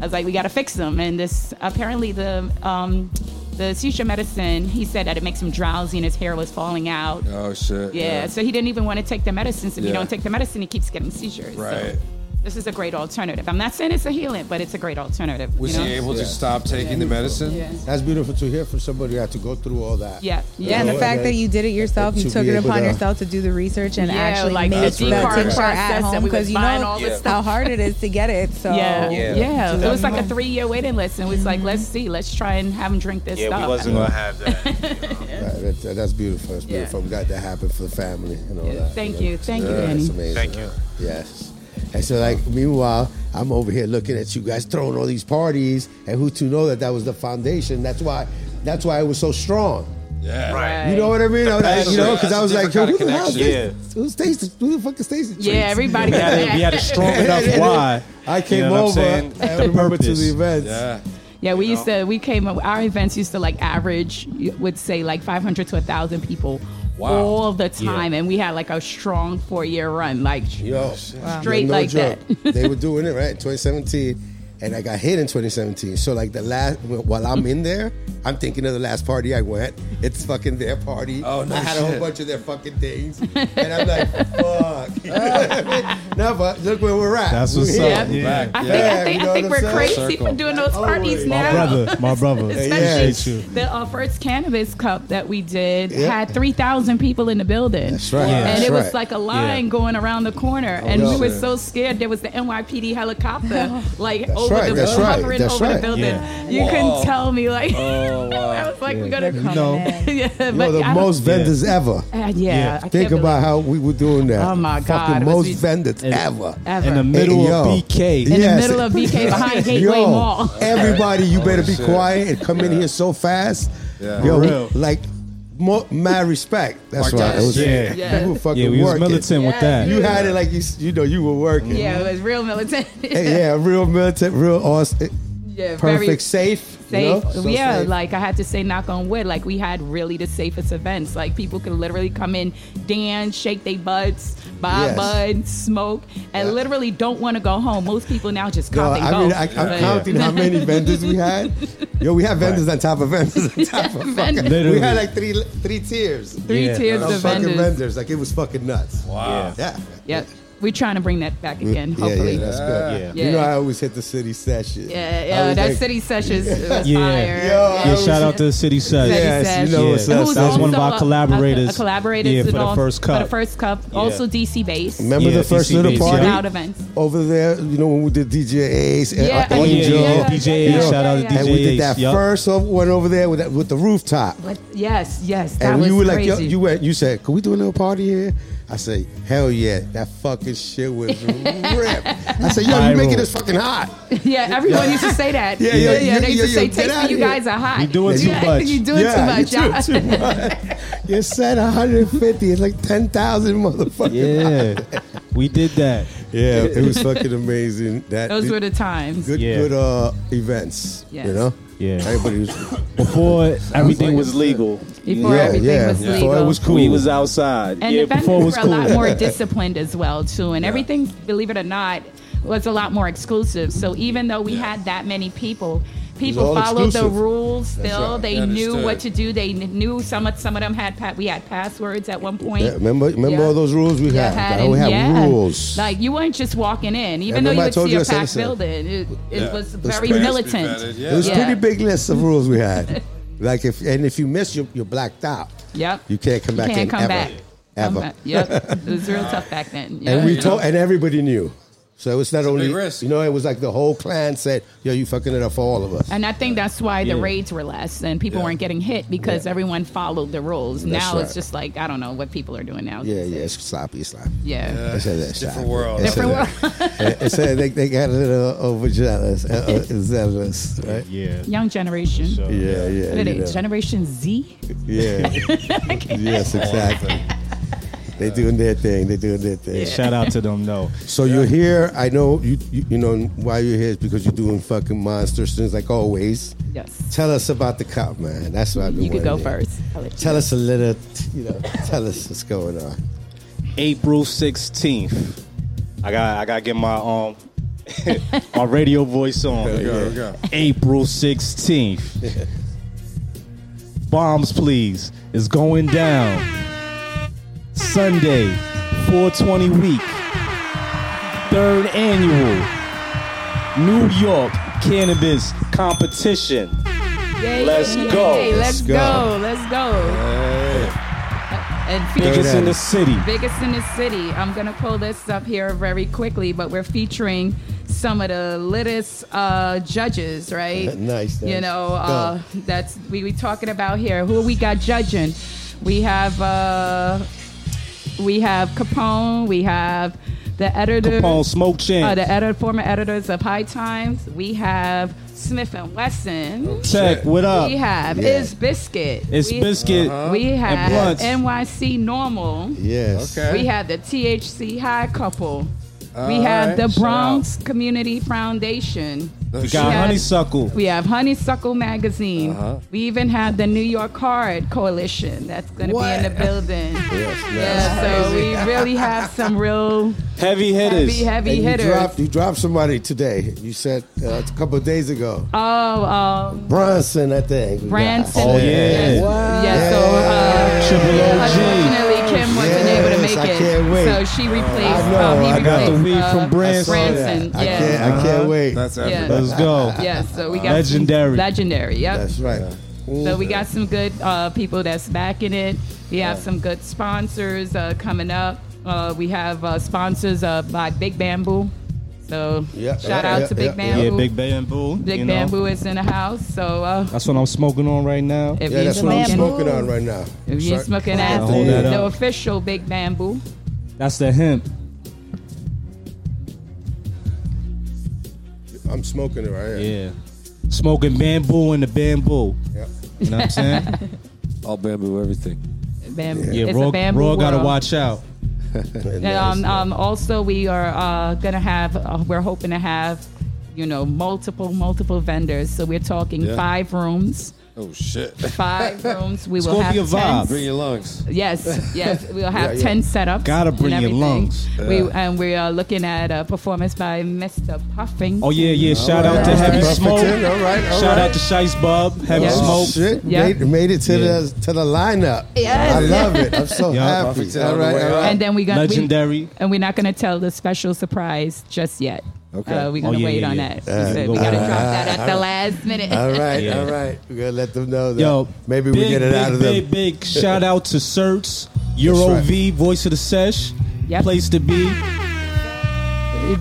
Speaker 4: I was like, we got to fix him. And this apparently the um, the seizure medicine. He said that it makes him drowsy and his hair was falling out.
Speaker 1: Oh shit.
Speaker 4: Yeah, so he didn't even want to take the medicine. So if
Speaker 1: Yeah.
Speaker 4: you don't take the medicine, he keeps getting seizures.
Speaker 1: Right.
Speaker 4: So this is a great alternative. I'm not saying it's a healing, but it's a great alternative.
Speaker 1: Was
Speaker 4: you know?
Speaker 1: he able
Speaker 5: Yeah.
Speaker 1: to stop taking the medicine?
Speaker 4: Yeah.
Speaker 5: That's beautiful to hear from somebody who had to go through all that.
Speaker 4: Yeah.
Speaker 2: Yeah, and the
Speaker 5: Oh,
Speaker 2: fact
Speaker 5: okay.
Speaker 2: that you did it yourself, you
Speaker 5: To
Speaker 2: took
Speaker 5: be
Speaker 2: it
Speaker 5: able
Speaker 2: upon
Speaker 5: to-
Speaker 2: yourself to do the research and
Speaker 4: Yeah,
Speaker 2: actually
Speaker 4: like the
Speaker 2: make
Speaker 1: That's
Speaker 2: that
Speaker 1: really
Speaker 2: tincture
Speaker 1: cool.
Speaker 2: at
Speaker 4: process
Speaker 2: home
Speaker 4: and we
Speaker 2: because
Speaker 4: was
Speaker 2: you
Speaker 4: buying
Speaker 2: know
Speaker 4: all this
Speaker 2: how
Speaker 4: stuff.
Speaker 2: hard it is to get it. So
Speaker 4: Yeah,
Speaker 2: yeah,
Speaker 4: yeah. It was like a three-year waiting list, and we was like, let's see, let's try and have him drink this
Speaker 7: Yeah,
Speaker 4: stuff.
Speaker 7: we wasn't gonna have that.
Speaker 5: That- that- that- that's beautiful. That's
Speaker 4: Yeah.
Speaker 5: beautiful. I'm glad that happened for the family and all that.
Speaker 4: Thank
Speaker 5: know.
Speaker 4: you. Thank you,
Speaker 5: Yeah, That's
Speaker 4: Danny.
Speaker 5: amazing.
Speaker 7: Thank you.
Speaker 5: Yes. And so, like, meanwhile, I'm over here looking at you guys throwing all these parties, and who to know that that was the foundation. That's why. That's why it was so strong.
Speaker 1: Yeah.
Speaker 7: Right.
Speaker 5: You know what I mean? I was like, you know, because I was like, yo,
Speaker 1: That's
Speaker 5: who
Speaker 1: a
Speaker 5: the hell is
Speaker 1: different
Speaker 7: kind of
Speaker 5: this? Who stays? the- Who the fuck is Stacey?
Speaker 4: yeah,
Speaker 5: Treats?
Speaker 4: everybody got
Speaker 6: Yeah, we had a
Speaker 4: that.
Speaker 6: strong enough why.
Speaker 5: I came
Speaker 6: know what I'm
Speaker 5: over.
Speaker 6: saying?
Speaker 5: I
Speaker 6: The
Speaker 5: remember to
Speaker 6: purpose.
Speaker 5: the events.
Speaker 1: Yeah.
Speaker 4: Yeah, we used to we came up- our events used to like average you would say like 500 to 1,000 people
Speaker 1: Wow.
Speaker 4: all the time, and we had like a strong four-year run. Like,
Speaker 5: Yo,
Speaker 1: Oh,
Speaker 4: Straight like
Speaker 5: that. they were doing it right, 2017, and I got hit in 2017. So like the last, while I'm in there, I'm thinking of the last party I went. It's fucking their party.
Speaker 1: Oh, no
Speaker 5: I had a whole
Speaker 1: shit.
Speaker 5: bunch of their fucking things, and I'm like, fuck. You know what I mean? no, but look where we're at.
Speaker 6: That's
Speaker 5: We're
Speaker 6: what's
Speaker 5: here.
Speaker 6: up. Yeah.
Speaker 1: Back.
Speaker 4: I think
Speaker 5: Yeah,
Speaker 4: I think,
Speaker 5: you know
Speaker 4: I think
Speaker 5: what I'm
Speaker 4: we're
Speaker 5: saying?
Speaker 4: crazy for
Speaker 1: Circle.
Speaker 4: doing those parties
Speaker 5: always. My
Speaker 6: My
Speaker 4: now.
Speaker 6: brother, my brother.
Speaker 5: yes.
Speaker 6: Appreciate you.
Speaker 4: The uh, first cannabis cup that we did
Speaker 5: Yeah.
Speaker 4: had 3,000 people in the building.
Speaker 5: That's right.
Speaker 6: Yeah.
Speaker 4: and
Speaker 5: That's
Speaker 4: it was
Speaker 5: right.
Speaker 4: like a line going around the corner, and
Speaker 5: no.
Speaker 4: we were
Speaker 5: Shit.
Speaker 4: so scared. There was the NYPD helicopter, like
Speaker 5: That's
Speaker 4: over
Speaker 5: right,
Speaker 4: the
Speaker 5: that's right,
Speaker 4: hovering
Speaker 5: that's
Speaker 4: over
Speaker 5: right.
Speaker 4: the building.
Speaker 6: Yeah.
Speaker 4: You
Speaker 1: Whoa.
Speaker 4: couldn't tell me, like
Speaker 1: Oh
Speaker 4: I
Speaker 1: wow.
Speaker 4: was like, we're gonna
Speaker 6: You
Speaker 4: come.
Speaker 6: know.
Speaker 2: man.
Speaker 4: yeah, but
Speaker 5: You know, the
Speaker 4: I don't-
Speaker 5: most vendors ever.
Speaker 4: Uh, yeah, I
Speaker 5: Think
Speaker 4: can't
Speaker 5: about
Speaker 4: believe-
Speaker 5: how we were doing that.
Speaker 4: Oh, my God,
Speaker 5: Fucking
Speaker 4: it was
Speaker 5: most
Speaker 4: just-
Speaker 5: vendors
Speaker 6: And-
Speaker 5: ever.
Speaker 4: ever.
Speaker 6: In the middle
Speaker 5: Hey, yo.
Speaker 6: of BK.
Speaker 4: In the
Speaker 5: Yes.
Speaker 4: middle of BK behind Gateway
Speaker 5: Yo,
Speaker 4: Mall.
Speaker 5: Everybody, you better be
Speaker 1: shit.
Speaker 5: quiet and come in here so fast.
Speaker 1: Yeah.
Speaker 5: Yo,
Speaker 6: For
Speaker 5: we-
Speaker 6: real.
Speaker 5: like more mad respect. That's
Speaker 1: Like
Speaker 5: right.
Speaker 1: that
Speaker 5: It was,
Speaker 6: shit.
Speaker 4: Yeah.
Speaker 5: You were fucking
Speaker 6: Yeah, we was
Speaker 5: working.
Speaker 6: militant with
Speaker 4: Yeah.
Speaker 6: that.
Speaker 5: You had it like you, s- you know, you were working.
Speaker 4: Yeah, it was real militant.
Speaker 5: Hey, yeah, real militant, real awesome,
Speaker 4: Yeah, very-
Speaker 5: perfect, safe, you know?
Speaker 4: safe.
Speaker 5: So
Speaker 4: yeah,
Speaker 5: safe.
Speaker 4: like I had to say, knock on wood. Like we had really the safest events. Like people could literally come in, dance, shake their butts, buy
Speaker 5: Yes.
Speaker 4: buds, smoke, and
Speaker 5: Yeah.
Speaker 4: literally don't want to go home. Most people now just
Speaker 5: No,
Speaker 4: cop and
Speaker 5: I
Speaker 4: go.
Speaker 5: mean, I, I'm
Speaker 4: But-
Speaker 5: counting how many vendors we had. Yo, we had vendors on top of vendors on top of fucking. We
Speaker 6: Literally.
Speaker 5: had like three three tiers.
Speaker 4: Three
Speaker 6: Yeah.
Speaker 4: tiers
Speaker 5: of
Speaker 4: of
Speaker 5: fucking
Speaker 4: vendors.
Speaker 5: vendors. Like it was fucking nuts.
Speaker 1: Wow.
Speaker 5: Yeah.
Speaker 4: Yeah, we're trying to bring that back again.
Speaker 5: Yeah,
Speaker 4: Hopefully.
Speaker 5: yeah, that's good.
Speaker 7: Yeah.
Speaker 5: You know,
Speaker 4: Yeah.
Speaker 5: I always hit the city session.
Speaker 4: Yeah, yeah, that city sessions was
Speaker 6: Yeah.
Speaker 4: fire.
Speaker 5: Yo,
Speaker 6: Yeah,
Speaker 5: I
Speaker 6: shout
Speaker 5: was-
Speaker 6: out to the City Side.
Speaker 4: City
Speaker 5: Yes,
Speaker 4: Sesh.
Speaker 5: you know
Speaker 6: Yeah.
Speaker 5: what's
Speaker 6: That
Speaker 5: up.
Speaker 4: Who
Speaker 6: was also one of our
Speaker 4: a- a-
Speaker 6: collaborators.
Speaker 4: A, collaborator
Speaker 6: Yeah, for the
Speaker 4: all-
Speaker 6: first
Speaker 4: For
Speaker 6: cup.
Speaker 4: the first cup, also DC based.
Speaker 5: Remember
Speaker 6: Yeah,
Speaker 5: the first
Speaker 6: DC
Speaker 5: little
Speaker 6: Bass,
Speaker 5: party
Speaker 4: Loud events.
Speaker 5: over there? You know when we did DJ Ace and
Speaker 4: Yeah,
Speaker 5: uh,
Speaker 4: oh, yeah,
Speaker 5: Angel,
Speaker 4: yeah, yeah.
Speaker 6: DJ
Speaker 4: Yeah, yeah,
Speaker 6: shout out to
Speaker 4: yeah,
Speaker 6: DJ
Speaker 4: yeah.
Speaker 5: and we did that
Speaker 6: Yup.
Speaker 5: first o- one over there with that, with the rooftop.
Speaker 4: What? Yes, yes, that
Speaker 5: And
Speaker 4: was
Speaker 5: we were like,
Speaker 4: crazy.
Speaker 5: yo, you went, you said, "Can we do a little party here?" I say, "Hell yeah!" That fucking shit was ripped. I said, "Yo, you
Speaker 6: Viral.
Speaker 5: making this fucking hot?"
Speaker 4: Yeah, everyone used to say that.
Speaker 5: Yeah,
Speaker 4: Yeah,
Speaker 5: yeah,
Speaker 4: yeah,
Speaker 5: yeah,
Speaker 4: They used
Speaker 5: yeah,
Speaker 4: to say,
Speaker 5: yeah, get outta
Speaker 4: "Tasty, you
Speaker 5: here.
Speaker 4: guys are hot.
Speaker 6: You doing too
Speaker 4: yeah,
Speaker 6: much.
Speaker 4: You doing
Speaker 5: Yeah,
Speaker 4: too much.
Speaker 5: You doing too much. you said 150. It's like 10,000, motherfucker.
Speaker 6: Yeah. we did that.
Speaker 5: Yeah, it was fucking amazing. That
Speaker 4: Those
Speaker 5: the-
Speaker 4: were the times.
Speaker 5: good,
Speaker 6: Yeah.
Speaker 5: good uh, events.
Speaker 4: Yes.
Speaker 5: You know,
Speaker 6: Yeah.
Speaker 5: everybody was
Speaker 6: Before everything
Speaker 1: like
Speaker 6: was
Speaker 1: it's
Speaker 6: legal.
Speaker 4: Before
Speaker 5: Yeah,
Speaker 4: everything
Speaker 5: yeah.
Speaker 4: was
Speaker 5: Yeah.
Speaker 4: legal.
Speaker 5: Before it was cool.
Speaker 6: We was outside.
Speaker 4: and
Speaker 6: yeah,
Speaker 4: the vendors
Speaker 6: before it was
Speaker 4: were
Speaker 6: cool.
Speaker 4: a lot more disciplined as well too and everything believe it or not was a lot more exclusive so even though we had that many people people
Speaker 5: all
Speaker 4: followed the
Speaker 5: exclusive.
Speaker 4: rules
Speaker 5: That's
Speaker 4: still
Speaker 5: right.
Speaker 4: they
Speaker 1: They
Speaker 4: knew
Speaker 1: understood.
Speaker 4: what to do they kn- knew some of some of them had pa- we had passwords at one point
Speaker 5: Yeah, remember, remember
Speaker 4: Yeah.
Speaker 5: all those rules we
Speaker 4: Yeah,
Speaker 5: had.
Speaker 4: had
Speaker 5: Like, we
Speaker 4: it,
Speaker 5: had
Speaker 4: yeah.
Speaker 5: rules.
Speaker 4: Like you weren't just walking in, even though
Speaker 5: remember
Speaker 4: you
Speaker 5: I
Speaker 4: would
Speaker 5: told
Speaker 4: see
Speaker 5: you I
Speaker 4: a
Speaker 5: said
Speaker 4: packed
Speaker 5: so.
Speaker 4: building. It, it
Speaker 1: Yeah.
Speaker 4: was
Speaker 1: Those
Speaker 4: very
Speaker 1: parents be
Speaker 4: militant.
Speaker 1: vetted,
Speaker 5: it was
Speaker 1: Yeah.
Speaker 5: a
Speaker 4: Yeah.
Speaker 5: pretty big list of rules we had. like if and if you miss, you're, you're blacked out.
Speaker 4: Yep.
Speaker 5: You can't come back
Speaker 4: can't
Speaker 5: in
Speaker 4: come
Speaker 5: ever.
Speaker 4: back.
Speaker 5: Ever.
Speaker 4: Um, uh, yep. It was real tough back then. Yeah.
Speaker 5: And we
Speaker 1: you
Speaker 5: told,
Speaker 1: know.
Speaker 5: and everybody knew. So it was not only
Speaker 1: big risk.
Speaker 5: you know it was like the whole clan said, "Yo, you fucking it up for all of us."
Speaker 4: And I think that's why the
Speaker 6: Yeah.
Speaker 4: raids were less and people
Speaker 5: Yeah.
Speaker 4: weren't getting hit because everyone followed the rules.
Speaker 5: That's
Speaker 4: now
Speaker 5: right.
Speaker 4: it's just like, I don't know what people are doing now.
Speaker 5: yeah, yeah, it's sloppy, it's sloppy.
Speaker 4: Yeah.
Speaker 5: They said that,
Speaker 1: Different
Speaker 5: sloppy.
Speaker 1: world.
Speaker 5: They said that. They- They said they, they got a little over jealous, uh, uh, zealous, right?
Speaker 6: Yeah.
Speaker 4: Young generation.
Speaker 6: So-
Speaker 5: Yeah, yeah,
Speaker 4: What are
Speaker 5: you
Speaker 4: they,
Speaker 5: know.
Speaker 4: Generation Z?
Speaker 5: yeah. yes, exactly. They doing their thing. They doing their thing.
Speaker 6: Shout out to them, though.
Speaker 5: So you're here. I know you, you. You know why you're here is because you're doing fucking monster things like always.
Speaker 4: Yes.
Speaker 5: Tell us about the cop, man. That's what I've been.
Speaker 4: You could go
Speaker 5: wanting to hear.
Speaker 4: first. I'll let you-
Speaker 5: Tell us a little. You know. Tell us what's going on.
Speaker 6: April 16th. I got I got to get my um my radio voice on.
Speaker 5: go,
Speaker 6: Yeah. April 16th. Bombs please is going down. Sunday 420 week. Third annual New York Cannabis Competition.
Speaker 4: Yay,
Speaker 6: Let's
Speaker 4: yay,
Speaker 6: go.
Speaker 4: yay,
Speaker 5: Let's
Speaker 4: Let's
Speaker 5: go.
Speaker 4: go. Let's go. And feature
Speaker 6: Biggest in the city.
Speaker 4: biggest in the city. I'm gonna pull this up here very quickly, but we're featuring some of the littest uh, judges, right?
Speaker 5: Nice,
Speaker 4: You
Speaker 5: nice.
Speaker 4: know, uh, that's we we talking about here. Who we got judging? We have uh, we have Capone. We have the editor.
Speaker 6: Capone Smoke
Speaker 4: Uh,
Speaker 6: Chin.
Speaker 4: the edit, former editors of High Times. We have Smith and Wesson.
Speaker 6: Tech, what up?
Speaker 4: We have
Speaker 5: Yeah.
Speaker 4: Is Biscuit.
Speaker 6: It's
Speaker 4: we,
Speaker 6: Biscuit.
Speaker 4: We have
Speaker 6: blunts.
Speaker 4: NYC Normal.
Speaker 5: Yes.
Speaker 1: Okay.
Speaker 4: We have the THC High Couple. we have
Speaker 1: right,
Speaker 4: the
Speaker 1: shout
Speaker 4: Bronx Community Foundation.
Speaker 6: We got
Speaker 4: Yeah.
Speaker 6: Honeysuckle.
Speaker 4: We have Honeysuckle Magazine. We even have the New York Hard Coalition that's going to be in the building. yeah, so we really have some real
Speaker 6: Heavy hitters.
Speaker 4: heavy, heavy
Speaker 5: And you
Speaker 4: hitters.
Speaker 5: dropped. You dropped somebody today. You said uh, a couple of days ago.
Speaker 4: oh, um,
Speaker 5: Bronson, I think.
Speaker 4: Branson.
Speaker 6: Oh, yeah.
Speaker 4: Yeah,
Speaker 5: Yeah.
Speaker 4: so uh,
Speaker 6: Triple OG.
Speaker 4: unfortunately, Kim wasn't
Speaker 5: Yes,
Speaker 4: able to make
Speaker 5: I
Speaker 4: it.
Speaker 5: can't wait.
Speaker 4: So she replaced.
Speaker 5: I know,
Speaker 4: um, he
Speaker 5: I got the
Speaker 4: replaced,
Speaker 6: weed
Speaker 4: uh,
Speaker 6: from Branson.
Speaker 4: Branson.
Speaker 5: I
Speaker 4: yeah.
Speaker 5: can't. I
Speaker 6: Uh-huh.
Speaker 5: can't wait.
Speaker 1: That's
Speaker 4: Yeah.
Speaker 1: everything.
Speaker 6: Let's go.
Speaker 4: Yeah, so we got
Speaker 6: Legendary.
Speaker 4: some- legendary. Yep.
Speaker 5: That's right.
Speaker 4: So we got some good uh, people that's backing it. We have some good sponsors uh, coming up. Uh, we have uh, sponsors uh, by Big Bamboo. So
Speaker 5: Yeah,
Speaker 4: shout
Speaker 5: yeah,
Speaker 4: out
Speaker 5: yeah,
Speaker 4: to Big
Speaker 5: yeah, yeah.
Speaker 4: Bamboo.
Speaker 6: Yeah, Big Bamboo.
Speaker 4: Big
Speaker 6: you know.
Speaker 4: Bamboo is in the house. So uh,
Speaker 6: That's what I'm smoking on right now.
Speaker 4: if
Speaker 5: Yeah,
Speaker 4: you
Speaker 5: that's what I'm
Speaker 2: Bamboo.
Speaker 4: smoking,
Speaker 5: smoking on right now.
Speaker 4: if you
Speaker 5: Sorry.
Speaker 4: smoking acid,
Speaker 6: hold that
Speaker 4: the
Speaker 6: up.
Speaker 4: official Big Bamboo.
Speaker 6: That's the hemp.
Speaker 5: I'm smoking it right here.
Speaker 6: Yeah. Smoking bamboo in the bamboo.
Speaker 5: Yeah.
Speaker 6: You know what I'm saying?
Speaker 1: All bamboo, everything.
Speaker 4: Bamboo.
Speaker 6: yeah,
Speaker 4: it's
Speaker 6: raw,
Speaker 4: a bamboo
Speaker 6: raw gotta
Speaker 4: world.
Speaker 6: watch out.
Speaker 4: Um,
Speaker 5: uh,
Speaker 4: um, also, we are uh, gonna have. Uh, we're hoping to have, you know, multiple multiple vendors. So we're talking
Speaker 1: Yeah.
Speaker 4: five rooms.
Speaker 1: Oh shit!
Speaker 4: Five rooms. We will
Speaker 6: Scorpio
Speaker 4: have
Speaker 6: vibe.
Speaker 4: tents.
Speaker 1: Bring your lungs.
Speaker 4: Yes, yes. We'll have
Speaker 5: yeah.
Speaker 4: ten setups.
Speaker 6: Gotta
Speaker 4: and
Speaker 6: bring your
Speaker 4: everything.
Speaker 6: lungs.
Speaker 4: We and we are looking at a performance by Mr. Puffing.
Speaker 6: Oh yeah, yeah. Shout out to
Speaker 5: All
Speaker 6: Heavy
Speaker 5: right.
Speaker 6: Smoke.
Speaker 5: Buffington, all right, all
Speaker 6: Shout
Speaker 5: right.
Speaker 6: out to Shice Bub. Heavy
Speaker 4: uh, Yeah.
Speaker 5: Oh,
Speaker 6: Smoke.
Speaker 5: shit.
Speaker 4: Yeah.
Speaker 5: Made, made it to
Speaker 6: Yeah.
Speaker 5: the to the lineup.
Speaker 4: Yes.
Speaker 5: I love it. I'm so
Speaker 6: Yeah.
Speaker 5: happy.
Speaker 1: Buffington
Speaker 5: All
Speaker 1: on the
Speaker 5: right,
Speaker 1: way
Speaker 5: all
Speaker 1: up.
Speaker 5: right.
Speaker 4: And then we got
Speaker 6: Legendary.
Speaker 4: and we're not gonna tell the special surprise just yet.
Speaker 1: Okay. Uh,
Speaker 4: Uh, we're gonna
Speaker 6: Oh, yeah,
Speaker 4: wait
Speaker 6: yeah,
Speaker 4: on
Speaker 6: yeah.
Speaker 4: that. We said we gotta drop that at the last minute.
Speaker 5: All right,
Speaker 6: Yeah.
Speaker 5: all right. We're gonna let them know that
Speaker 6: Yo,
Speaker 5: maybe
Speaker 6: big,
Speaker 5: we get it
Speaker 6: big,
Speaker 5: out of them.
Speaker 6: big, Big shout out to Certs, Euro
Speaker 5: right.
Speaker 6: V, Voice of the Sesh,
Speaker 4: Yep.
Speaker 6: place to be.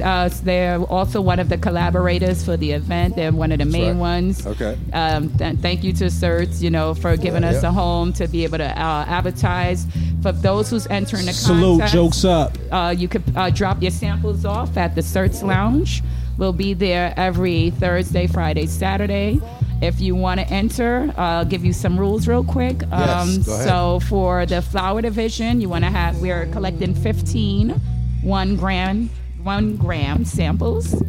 Speaker 4: Uh, they're also one of the collaborators for the event. They're one of the main
Speaker 1: right.
Speaker 4: ones.
Speaker 1: Okay.
Speaker 4: Um, th- thank you to CERTS, you know, for giving us
Speaker 5: yeah.
Speaker 4: a home to be able to uh, advertise. For those who's entering the
Speaker 6: Salute,
Speaker 4: contest,
Speaker 6: jokes up.
Speaker 4: Uh, you could uh, drop your samples off at the CERTS Lounge. We'll be there every Thursday, Friday, Saturday. If you want to enter, I'll give you some rules real quick. Um,
Speaker 5: go ahead.
Speaker 4: So so for the flower division, you want to have we're collecting 15 one gram one gram samples.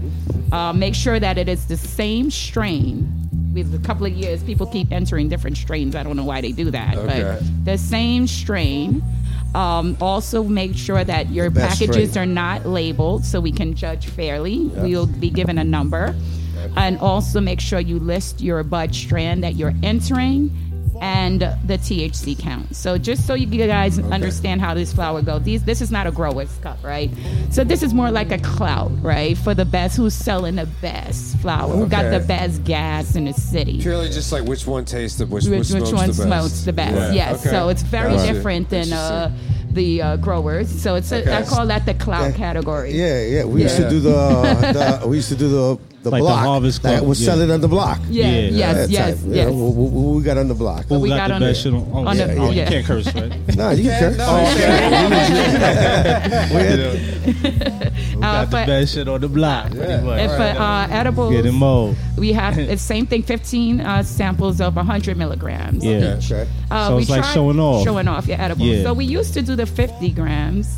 Speaker 4: Uh, make sure that it is the same strain. With a couple of years, people keep entering different strains. I don't know why they do that,
Speaker 1: Okay.
Speaker 4: but the same strain. Um, also, make sure that your
Speaker 5: best
Speaker 4: packages
Speaker 5: strain.
Speaker 4: are not labeled, so we can judge fairly. We'll be given a number, and also make sure you list your bud strand that you're entering and the THC count. So just so you guys understand how this flower goes, these this is not a grower's cup, right? So this is more like a clout, right? For the best, who's selling the best flower, who got
Speaker 1: Okay.
Speaker 4: the best gas in the city.
Speaker 1: Purely just like which one tastes the which,
Speaker 4: Which,
Speaker 1: which
Speaker 4: which one
Speaker 1: smokes the best.
Speaker 4: smokes the best?
Speaker 1: Yeah.
Speaker 4: Yes.
Speaker 1: Okay.
Speaker 4: So it's very
Speaker 1: Gotcha.
Speaker 4: different than uh, the uh, growers. So it's a, I
Speaker 1: Okay.
Speaker 4: call that the clout category.
Speaker 5: Yeah, yeah. We used
Speaker 1: Yeah.
Speaker 5: to do the, the we used to do the the
Speaker 6: Like the
Speaker 5: block
Speaker 6: Harvest
Speaker 5: that
Speaker 6: Club,
Speaker 5: was
Speaker 6: yeah.
Speaker 5: selling on the block.
Speaker 4: Yeah,
Speaker 3: Yeah.
Speaker 4: yes,
Speaker 5: That
Speaker 4: yes,
Speaker 5: type, you
Speaker 4: yes.
Speaker 5: know, what- what- what we got on the block.
Speaker 4: we
Speaker 6: got,
Speaker 4: got on
Speaker 6: the
Speaker 4: the-
Speaker 6: best shit on, oh,
Speaker 4: on
Speaker 6: yeah,
Speaker 4: the-
Speaker 6: oh, you
Speaker 4: yeah.
Speaker 6: can't curse, right?
Speaker 5: Nah, you can curse.
Speaker 1: Oh,
Speaker 6: we
Speaker 4: Uh,
Speaker 6: got the
Speaker 4: but-
Speaker 6: best shit on the block, pretty much.
Speaker 4: And for uh, edibles,
Speaker 6: Get them all.
Speaker 4: we have the same thing 15 uh, samples of 100 milligrams.
Speaker 6: Yeah.
Speaker 5: Okay.
Speaker 4: Uh,
Speaker 6: So
Speaker 4: we
Speaker 6: it's like
Speaker 4: tried
Speaker 6: showing off.
Speaker 4: Showing off, yeah, edibles.
Speaker 6: Yeah.
Speaker 4: So we used to do the 50 grams.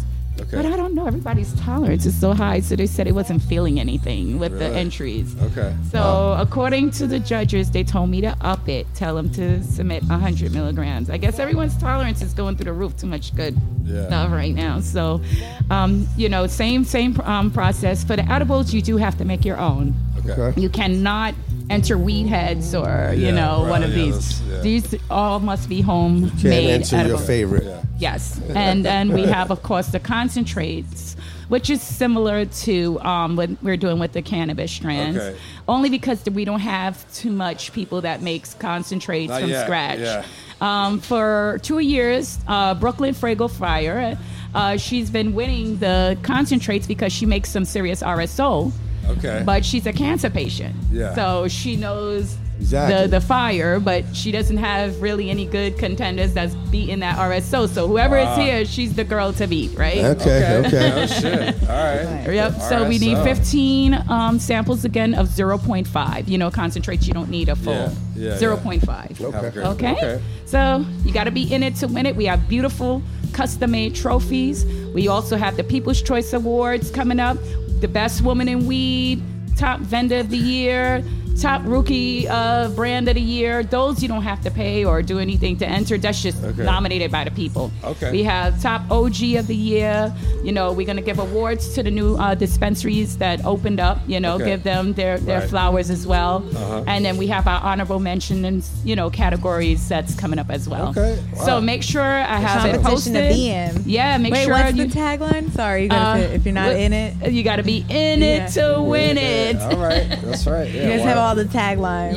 Speaker 5: Okay.
Speaker 4: But I don't know. Everybody's tolerance is so high, so they said it wasn't feeling anything with the
Speaker 5: Really?
Speaker 4: entries.
Speaker 5: Okay.
Speaker 4: So according to the judges, they told me to up it. Tell them to submit 100 milligrams. I guess everyone's tolerance is going through the roof. Too much good
Speaker 5: Yeah.
Speaker 4: stuff right now. So, um, you know, same same um, process for the edibles. You do have to make your own.
Speaker 5: Okay.
Speaker 4: You cannot enter weed heads or you
Speaker 5: Yeah,
Speaker 4: know one of
Speaker 5: right, yeah,
Speaker 4: these.
Speaker 5: that's- yeah.
Speaker 4: These all must be home
Speaker 5: Can't
Speaker 4: made
Speaker 5: answer your
Speaker 4: edibles.
Speaker 5: favorite.
Speaker 4: Yes, and then we have, of course, the concentrates, which is similar to um, what we're doing with the cannabis strands,
Speaker 5: Okay.
Speaker 4: only because we don't have too much people that makes concentrates
Speaker 5: Not
Speaker 4: from
Speaker 5: yet,
Speaker 4: scratch.
Speaker 5: yeah.
Speaker 4: Um, for two years, uh, Brooklyn Frago Fryer, uh, she's been winning the concentrates because she makes some serious RSO.
Speaker 5: Okay.
Speaker 4: But she's a cancer patient.
Speaker 5: Yeah.
Speaker 4: So she knows
Speaker 5: Exactly.
Speaker 4: the, the fire, but she doesn't have really any good contenders that's beating that RSO. So whoever is here, she's the girl to beat, right?
Speaker 5: Okay.
Speaker 1: Oh,
Speaker 5: Okay.
Speaker 4: Yep. So we need 15 um, samples again of 0.5. You know, concentrates you don't need a full
Speaker 5: Yeah, yeah, yeah.
Speaker 4: 0.5.
Speaker 5: Okay.
Speaker 4: Okay. So you got to be in it to win it. We have beautiful custom made trophies. We also have the People's Choice Awards coming up, the Best Woman in Weed, Top Vendor of the Year, Top Rookie uh, Brand of the Year. Those you don't have to pay or do anything to enter. That's just nominated by the people.
Speaker 5: Okay.
Speaker 4: We have Top OG of the Year. You know, we're going to give awards to the new uh, dispensaries that opened up, you know,
Speaker 5: Okay.
Speaker 4: give them their, their
Speaker 5: Right. Uh-huh.
Speaker 4: flowers flowers as well. And then we have our honorable mention and you know categories that's coming up as well.
Speaker 5: Okay, wow.
Speaker 4: So make sure I have it posted.
Speaker 2: Competition to be in.
Speaker 4: Yeah, make
Speaker 2: Wait,
Speaker 4: sure
Speaker 2: what's
Speaker 4: you,
Speaker 2: the tagline? Sorry, you guys,
Speaker 4: uh,
Speaker 2: if you're not
Speaker 4: what-
Speaker 2: in it,
Speaker 4: you got to be in it
Speaker 2: Yeah.
Speaker 4: to win it.
Speaker 5: All right. That's right. Yeah,
Speaker 2: you guys have
Speaker 5: wow.
Speaker 2: all the taglines.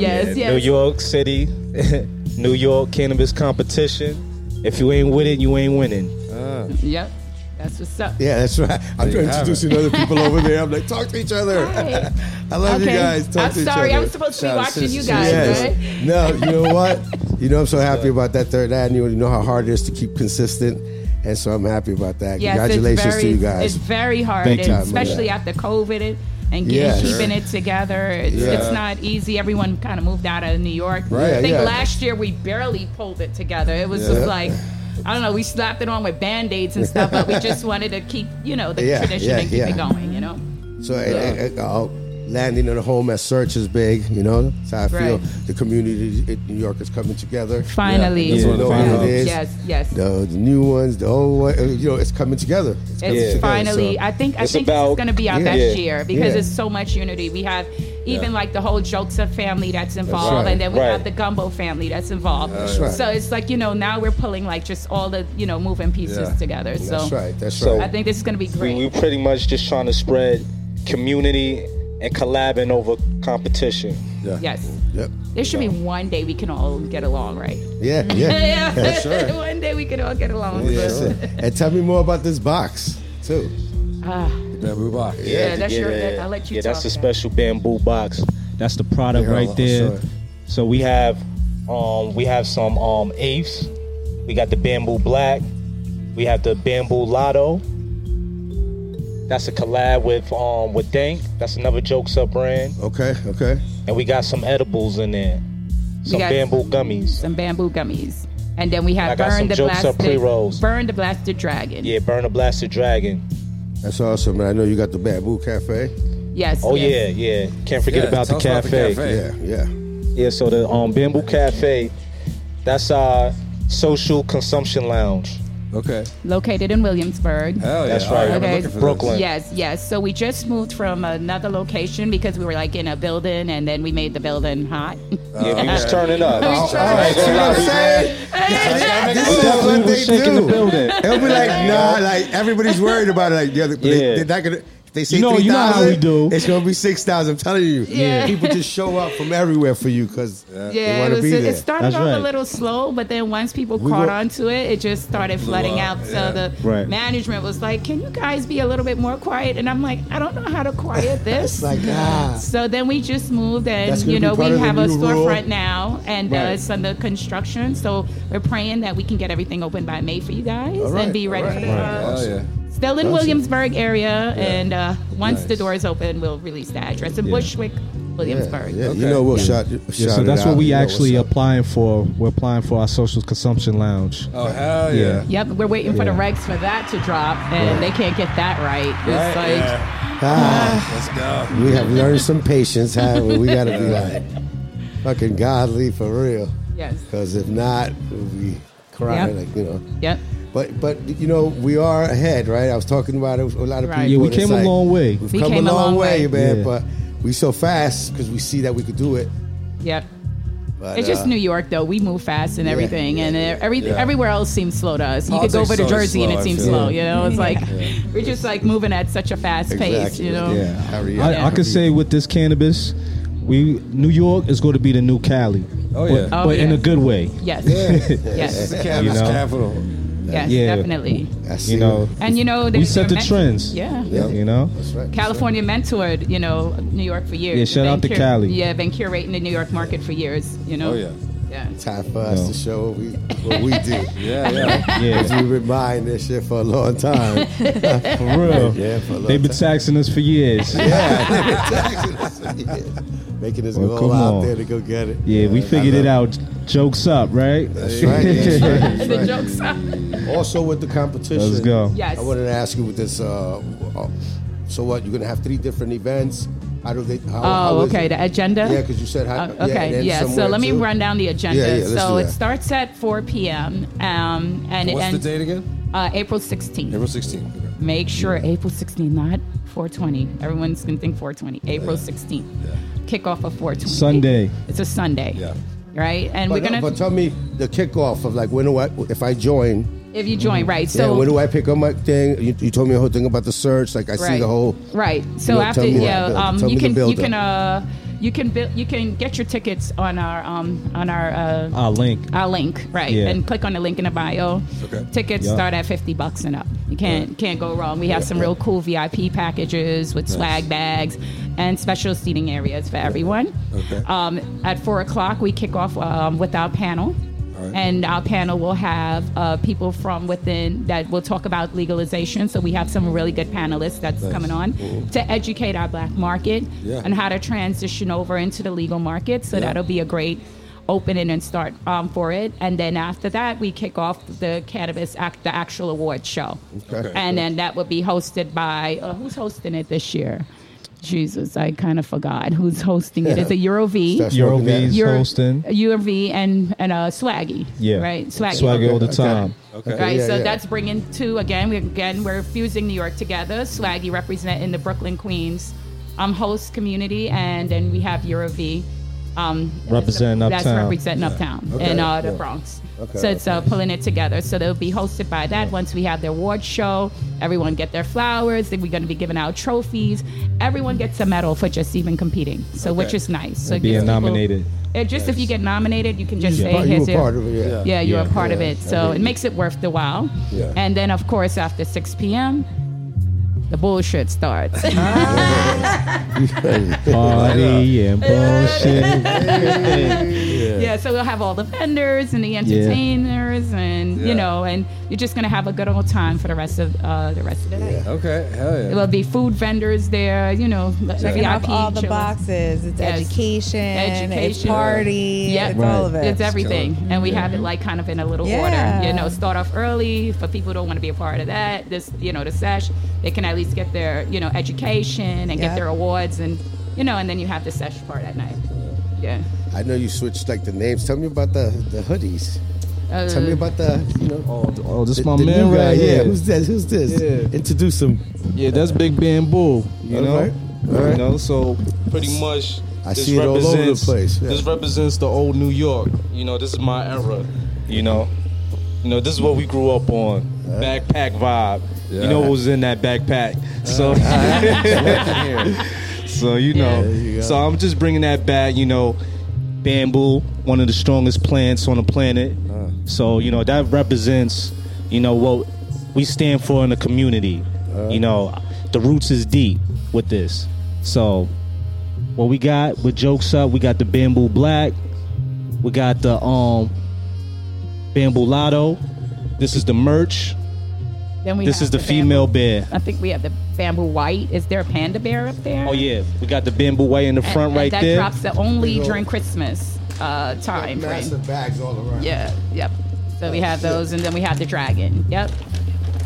Speaker 4: Yes,
Speaker 7: New
Speaker 4: yes.
Speaker 7: York City, New York cannabis competition. If you ain't with it, you ain't winning.
Speaker 4: Yep. That's what's up.
Speaker 5: Yeah, that's right. I'm introducing other people over there. I'm like, talk to each other.
Speaker 4: Right.
Speaker 5: I love you
Speaker 4: Okay.
Speaker 5: guys. Talk
Speaker 4: I'm
Speaker 5: to each
Speaker 4: sorry,
Speaker 5: other.
Speaker 4: I'm supposed to be
Speaker 5: Shout out
Speaker 4: watching you
Speaker 5: sisters.
Speaker 4: guys, right?
Speaker 5: No, you know what? You know, I'm so happy about that Third Avenue. You know how hard it is to keep consistent. And so I'm happy about that.
Speaker 4: Yes,
Speaker 5: Congratulations
Speaker 4: it's very,
Speaker 5: to you
Speaker 4: It's
Speaker 5: guys.
Speaker 4: very hard,
Speaker 5: Big
Speaker 4: and
Speaker 5: time,
Speaker 4: especially
Speaker 5: yeah.
Speaker 4: after COVID and, and
Speaker 5: Yeah,
Speaker 4: getting,
Speaker 5: sure.
Speaker 4: keeping it together. It's,
Speaker 5: Yeah.
Speaker 4: it's not easy. Everyone kind of moved out of New York.
Speaker 5: Right,
Speaker 4: I think
Speaker 5: yeah.
Speaker 4: last year we barely pulled it together. It was
Speaker 5: Yeah.
Speaker 4: just like. I don't know. We slapped it on with band aids and stuff, but we just wanted to keep, you know, the
Speaker 5: Yeah,
Speaker 4: tradition
Speaker 5: yeah,
Speaker 4: and keep
Speaker 5: yeah.
Speaker 4: it going. You know,
Speaker 5: So uh, uh, uh, landing in a home at Search is big. You know, that's how I feel.
Speaker 4: Right.
Speaker 5: The community in New York is coming together.
Speaker 4: finally,
Speaker 5: That's what
Speaker 4: yes,
Speaker 5: it
Speaker 6: finally.
Speaker 5: is.
Speaker 4: yes, yes.
Speaker 5: The, the new ones, the old one, uh, you know, it's coming together. It's, coming
Speaker 4: It's
Speaker 5: together,
Speaker 4: finally.
Speaker 5: so-
Speaker 4: I think. I
Speaker 7: It's
Speaker 4: think this
Speaker 7: about-
Speaker 4: is going to be our
Speaker 5: Yeah.
Speaker 4: best
Speaker 7: Yeah.
Speaker 4: year because
Speaker 5: Yeah.
Speaker 4: it's so much unity. We have even like the whole Jokesa family that's involved,
Speaker 5: right.
Speaker 4: and then we
Speaker 7: Right.
Speaker 4: have the Gumbo family that's involved.
Speaker 5: That's right.
Speaker 4: So it's like you know now we're pulling like just all the you know moving pieces
Speaker 5: Yeah.
Speaker 4: together. So
Speaker 5: That's right. That's
Speaker 7: So-
Speaker 5: right.
Speaker 4: I think this is going to be
Speaker 7: We,
Speaker 4: great.
Speaker 7: we pretty much just trying to spread community and collabing over competition.
Speaker 4: yes.
Speaker 5: Yep.
Speaker 4: There should be one day we can all get along, right?
Speaker 5: Yeah, yeah.
Speaker 4: Yeah.
Speaker 5: sure.
Speaker 4: one day we can all get along.
Speaker 5: yeah
Speaker 4: but-
Speaker 5: sure. And tell me more about this box, too.
Speaker 4: Ah,
Speaker 1: Bamboo box.
Speaker 4: yeah, that's your.
Speaker 7: that-
Speaker 4: That, I'll let you
Speaker 7: yeah,
Speaker 4: talk.
Speaker 7: that's a special bamboo box.
Speaker 6: That's the product
Speaker 5: Yeah,
Speaker 6: right
Speaker 5: I saw
Speaker 6: there.
Speaker 5: it.
Speaker 7: So we have um we have some um apes. We got the bamboo black. We have the bamboo lotto. That's a collab with um with Dank. That's another jokes up brand.
Speaker 5: Okay, okay.
Speaker 7: And we got some edibles in there. Some
Speaker 4: got-
Speaker 7: bamboo gummies.
Speaker 4: Some bamboo gummies, and then we
Speaker 7: I
Speaker 4: have
Speaker 7: got some
Speaker 4: burn the
Speaker 7: jokes up pre-rolls.
Speaker 4: blasted, burn the blasted dragon.
Speaker 7: Yeah, burn a blasted dragon.
Speaker 5: That's awesome, man. I know you got the Bamboo Cafe.
Speaker 4: Yes.
Speaker 7: Oh
Speaker 4: yes.
Speaker 7: yeah, yeah. Can't forget
Speaker 1: Yeah,
Speaker 7: about, the
Speaker 1: tell us about
Speaker 7: cafe.
Speaker 1: the cafe.
Speaker 5: Yeah, yeah.
Speaker 7: Yeah, so the um bamboo cafe, that's our social consumption lounge.
Speaker 1: Okay.
Speaker 4: located in Williamsburg.
Speaker 1: Hell yeah.
Speaker 7: That's
Speaker 1: All
Speaker 7: right.
Speaker 1: I'm
Speaker 4: Okay.
Speaker 1: looking for this.
Speaker 7: Brooklyn.
Speaker 4: Yes, yes. So we just moved from another location because we were like in a building and then we made the building hot.
Speaker 7: Yeah, we was turning up.
Speaker 5: All right, see what I'm saying? This is what
Speaker 6: was
Speaker 5: they
Speaker 6: shaking the
Speaker 5: do.
Speaker 6: building.
Speaker 5: It'll be like, nah, like everybody's worried about it. Like, yeah, they,
Speaker 7: Yeah.
Speaker 5: they're not gonna. If they say
Speaker 6: You know-
Speaker 5: three
Speaker 6: you know how
Speaker 5: thousand,
Speaker 6: we do.
Speaker 5: it's gonna be six thousand. I'm telling you,
Speaker 4: Yeah.
Speaker 5: people just show up from everywhere for you because they
Speaker 4: Yeah,
Speaker 5: want
Speaker 4: it,
Speaker 5: to
Speaker 4: was,
Speaker 5: be
Speaker 4: it,
Speaker 5: there.
Speaker 4: started
Speaker 3: That's
Speaker 4: off a
Speaker 3: right.
Speaker 4: little slow, but then once people
Speaker 5: We
Speaker 4: caught
Speaker 5: were-
Speaker 4: on to it, it just started flooding out. So the
Speaker 3: Right.
Speaker 4: management was like, "Can you guys be a little bit more quiet?" And I'm like, "I don't know how to quiet this."
Speaker 5: like ah,
Speaker 4: so then we just moved, and
Speaker 5: That's gonna
Speaker 4: you
Speaker 5: be
Speaker 4: know we
Speaker 5: part of the
Speaker 4: have a
Speaker 5: new rule.
Speaker 4: storefront now, and uh,
Speaker 5: Right.
Speaker 4: it's under construction. So we're praying that we can get everything open by May for you guys and be ready for the
Speaker 1: Hell yeah.
Speaker 4: Still in Williamsburg area, and uh, once the doors open, we'll release the address in Bushwick, Williamsburg.
Speaker 5: yeah, you know we'll shot.
Speaker 6: Yeah,
Speaker 5: shout
Speaker 6: so
Speaker 5: it
Speaker 6: that's what
Speaker 5: out.
Speaker 6: we
Speaker 5: You know what's
Speaker 6: actually
Speaker 5: up.
Speaker 6: applying for. We're applying for our social consumption lounge.
Speaker 1: Oh, hell yeah.
Speaker 4: Yep, we're waiting for the regs for that to drop, and they can't get that right.
Speaker 1: Right?
Speaker 4: It's like,
Speaker 1: Yeah.
Speaker 5: Ah,
Speaker 1: Let's go.
Speaker 5: we have learned some patience. How we got to be like fucking godly for real.
Speaker 4: yes,
Speaker 5: Because if not, we'll be crying.
Speaker 4: Yep.
Speaker 5: Like you know.
Speaker 4: yep,
Speaker 5: But but you know we are ahead, right? I was talking about it with a lot of
Speaker 4: Right.
Speaker 5: people.
Speaker 4: Yeah,
Speaker 6: we
Speaker 5: and it's
Speaker 6: came a
Speaker 5: like,
Speaker 6: long way.
Speaker 5: We've
Speaker 4: We
Speaker 5: come
Speaker 4: came
Speaker 5: a long, way, man.
Speaker 6: Yeah.
Speaker 5: But we so fast because we see that we could do it.
Speaker 4: yep.
Speaker 5: But,
Speaker 4: It's just
Speaker 5: uh,
Speaker 4: New York, though. We move fast and everything, and everything, everywhere else seems slow to us. You could go
Speaker 1: Politics
Speaker 4: over to
Speaker 1: is always
Speaker 4: Jersey and
Speaker 1: slow,
Speaker 4: it
Speaker 1: I
Speaker 4: seems
Speaker 1: feel.
Speaker 4: slow. You know, it's like we're just like moving at such a fast pace.
Speaker 5: Exactly.
Speaker 4: You know,
Speaker 5: Yeah. Hurry up.
Speaker 6: I, I could say with this cannabis, we New York is going to be the new Cali.
Speaker 1: Oh,
Speaker 6: But-
Speaker 1: yeah.
Speaker 6: but,
Speaker 4: Oh,
Speaker 6: in a
Speaker 4: yeah.
Speaker 6: good way.
Speaker 4: yes,
Speaker 1: This is
Speaker 4: yes,
Speaker 1: the cannabis
Speaker 6: You know?
Speaker 1: capital.
Speaker 4: yes,
Speaker 6: Yeah.
Speaker 4: definitely.
Speaker 5: I see
Speaker 6: You know,
Speaker 4: And you know,
Speaker 6: we
Speaker 4: they-
Speaker 6: set the
Speaker 4: they're men-
Speaker 6: trends.
Speaker 4: Yeah.
Speaker 5: Yeah.
Speaker 6: you know.
Speaker 5: That's right.
Speaker 4: California mentored, you know, New York for years.
Speaker 6: Yeah, shout out to
Speaker 4: Been
Speaker 6: Cali.
Speaker 4: Yeah, been curating the New York market for years. You know.
Speaker 1: Oh, yeah.
Speaker 4: Yeah.
Speaker 5: Time for us
Speaker 6: No.
Speaker 5: to show what we, what we do.
Speaker 1: Yeah, yeah.
Speaker 6: Yeah,
Speaker 5: We've been buying this shit for a long time.
Speaker 6: for real.
Speaker 5: yeah, for a long
Speaker 6: They've been
Speaker 5: time.
Speaker 6: taxing us for years. Yeah,
Speaker 5: Making us
Speaker 6: Well,
Speaker 5: go
Speaker 6: come
Speaker 5: out
Speaker 6: on.
Speaker 5: there to go get it.
Speaker 6: we
Speaker 5: I
Speaker 6: figured it
Speaker 5: love
Speaker 6: out. Jokes up, right?
Speaker 5: That's right. That's right. That's
Speaker 4: The
Speaker 5: right.
Speaker 4: jokes are.
Speaker 5: Also with the competition.
Speaker 6: Let's go.
Speaker 4: Yes.
Speaker 5: I wanted to ask you with this. Uh, uh, so what? You're gonna have three different events. How do they? How,
Speaker 4: Oh,
Speaker 5: how is
Speaker 4: okay.
Speaker 5: it?
Speaker 4: The agenda.
Speaker 5: Yeah, because you said how.
Speaker 4: Uh, okay, yeah. So let me run down the agenda.
Speaker 5: Yeah, yeah, let's
Speaker 4: so
Speaker 5: do
Speaker 4: it
Speaker 5: that.
Speaker 4: starts at 4 p.m. Um, and it
Speaker 1: What's the
Speaker 4: ends
Speaker 1: date again?
Speaker 4: uh, April 16th.
Speaker 1: April 16th.
Speaker 4: Make sure April 16th, not 420. Everyone's gonna think 420. April 16th. Kickoff of 420.
Speaker 6: Sunday.
Speaker 4: It's a Sunday.
Speaker 1: Yeah.
Speaker 4: Right, and
Speaker 5: But,
Speaker 4: we're gonna
Speaker 5: but tell me the kickoff of like when do I if I join?
Speaker 4: if you join, right?
Speaker 5: yeah,
Speaker 4: So
Speaker 5: when do I pick up my thing? You, you told me a whole thing about the search. Like I see the whole.
Speaker 4: right so
Speaker 5: know,
Speaker 4: after
Speaker 5: tell me
Speaker 4: yeah
Speaker 5: the-
Speaker 4: um,
Speaker 5: tell
Speaker 4: you
Speaker 5: me the
Speaker 4: can you
Speaker 5: build-up.
Speaker 4: can uh you can build you can get your tickets on our um on our uh
Speaker 6: Our link.
Speaker 4: our link right
Speaker 6: Yeah.
Speaker 4: and click on the link in the bio
Speaker 1: Okay.
Speaker 4: tickets
Speaker 6: Yeah.
Speaker 4: start at 50 bucks and up you can't can't go wrong we have some real cool vip packages with swag bags and special seating areas for everyone
Speaker 1: Okay.
Speaker 4: um, at four o'clock we kick off um, with our panel
Speaker 1: All right.
Speaker 4: and our panel will have uh, people from within that will talk about legalization. So we have some really good panelists that's coming on to educate our black market
Speaker 1: Yeah.
Speaker 4: and how to transition over into the legal market. So that'll be a great opening and start um, for it. And then after that, we kick off the cannabis act, the actual award show,
Speaker 5: Okay.
Speaker 4: and then that will be hosted by uh, who's hosting it this year. Jesus, I kind of forgot who's hosting it. It's a Eurov.
Speaker 5: That's
Speaker 6: Euro
Speaker 5: what we got.
Speaker 6: V's
Speaker 4: Euro-
Speaker 6: hosting.
Speaker 4: UMV and and uh, Swaggy.
Speaker 6: Yeah,
Speaker 4: Right. Swaggy.
Speaker 6: Swaggy all the
Speaker 5: Okay.
Speaker 6: time.
Speaker 1: Okay.
Speaker 4: Right,
Speaker 5: Yeah,
Speaker 4: so
Speaker 5: yeah.
Speaker 4: that's bringing two again. We again we're fusing New York together. Swaggy representing the Brooklyn Queens um, host community, and then we have Eurov um,
Speaker 6: Representing
Speaker 4: that's
Speaker 6: Uptown.
Speaker 4: representing Uptown
Speaker 5: Okay.
Speaker 4: and uh, the
Speaker 5: Yeah.
Speaker 4: Bronx.
Speaker 5: Okay,
Speaker 4: so it's uh, pulling it together. So they'll be hosted by that. Once we have the award show, everyone get their flowers. Then we're going to be giving out trophies. Everyone gets a medal for just even competing. So which
Speaker 1: Okay.
Speaker 4: is nice. So
Speaker 6: being
Speaker 4: it gives people-
Speaker 6: nominated.
Speaker 4: It just if you get nominated, you can just
Speaker 6: Yeah.
Speaker 4: say
Speaker 5: But you
Speaker 4: here's
Speaker 5: were
Speaker 4: your-
Speaker 5: part of it. Yeah.
Speaker 4: yeah, you're
Speaker 6: Um, Yeah.
Speaker 4: a part of it. So it makes it worth the while.
Speaker 5: Yeah.
Speaker 4: And then, of course, after 6 p.m., the bullshit starts.
Speaker 6: Party and bullshit.
Speaker 4: yeah, so we'll have all the vendors and the entertainers, and
Speaker 1: Yeah.
Speaker 4: you know, and you're just gonna have a good old time for the rest of uh, the rest of the night.
Speaker 1: Okay. Hell yeah.
Speaker 4: There'll be food vendors there, you know, like
Speaker 2: Checking off
Speaker 4: VIP
Speaker 2: all the
Speaker 4: chillers.
Speaker 2: boxes. It's
Speaker 4: Yes.
Speaker 2: education, it's
Speaker 4: Education.
Speaker 2: party,
Speaker 4: Yeah.
Speaker 2: it's
Speaker 4: Right.
Speaker 2: all of it.
Speaker 4: It's everything, and we have it like kind of in a little
Speaker 2: Yeah.
Speaker 4: order. You know, start off early for people who don't want to be a part of that. This, you know, the sesh, they can at least get their you know education and
Speaker 2: Yeah.
Speaker 4: get their awards, and you know, and then you have the sesh part at night. Yeah.
Speaker 5: I know you switched like the names. Tell me about the the hoodies. Tell
Speaker 4: Mm. Uh,
Speaker 5: me about the you know.
Speaker 6: Oh, this
Speaker 5: the-
Speaker 6: my
Speaker 5: the
Speaker 6: man
Speaker 5: new guy.
Speaker 6: right
Speaker 5: Yeah.
Speaker 6: here.
Speaker 5: Who's this? Who's this?
Speaker 6: Yeah.
Speaker 5: Introduce him.
Speaker 6: Yeah, that's Big Bamboo. You know,
Speaker 5: Alright,
Speaker 6: you
Speaker 5: alright.
Speaker 6: know. So
Speaker 8: pretty much.
Speaker 5: I see it all over the
Speaker 6: represents-
Speaker 5: place, yeah.
Speaker 8: This represents the old New York. You know, this is my era. You know, You know, this is what we grew up on. Backpack vibe. You know what was in that backpack. So
Speaker 5: Uh-huh.
Speaker 8: So you know. so I'm just bringing that back, you know, bamboo, one of the strongest plants on the planet.
Speaker 5: Uh-huh.
Speaker 8: So, you know, that represents, you know, what we stand for in the community.
Speaker 5: Uh-huh.
Speaker 8: you know, the roots is deep with this. So, what we got with jokes up, we got the bamboo black, we got the um bamboo lotto. This is the merch.
Speaker 4: Then we
Speaker 8: This
Speaker 4: have
Speaker 8: is the
Speaker 4: bamboo-
Speaker 8: female bear.
Speaker 4: I think we have the bamboo white. Is there a panda bear up there?
Speaker 8: Oh yeah, we got the bamboo way in the
Speaker 4: And-
Speaker 8: front
Speaker 4: and
Speaker 8: right
Speaker 4: that
Speaker 8: there.
Speaker 4: drops the only
Speaker 5: Big ol'-
Speaker 4: during Christmas uh, time frame.
Speaker 5: Massive bags all around.
Speaker 4: Yeah, yep. So
Speaker 8: Oh,
Speaker 4: we have
Speaker 5: shit.
Speaker 4: those, and then we have the dragon. Yep.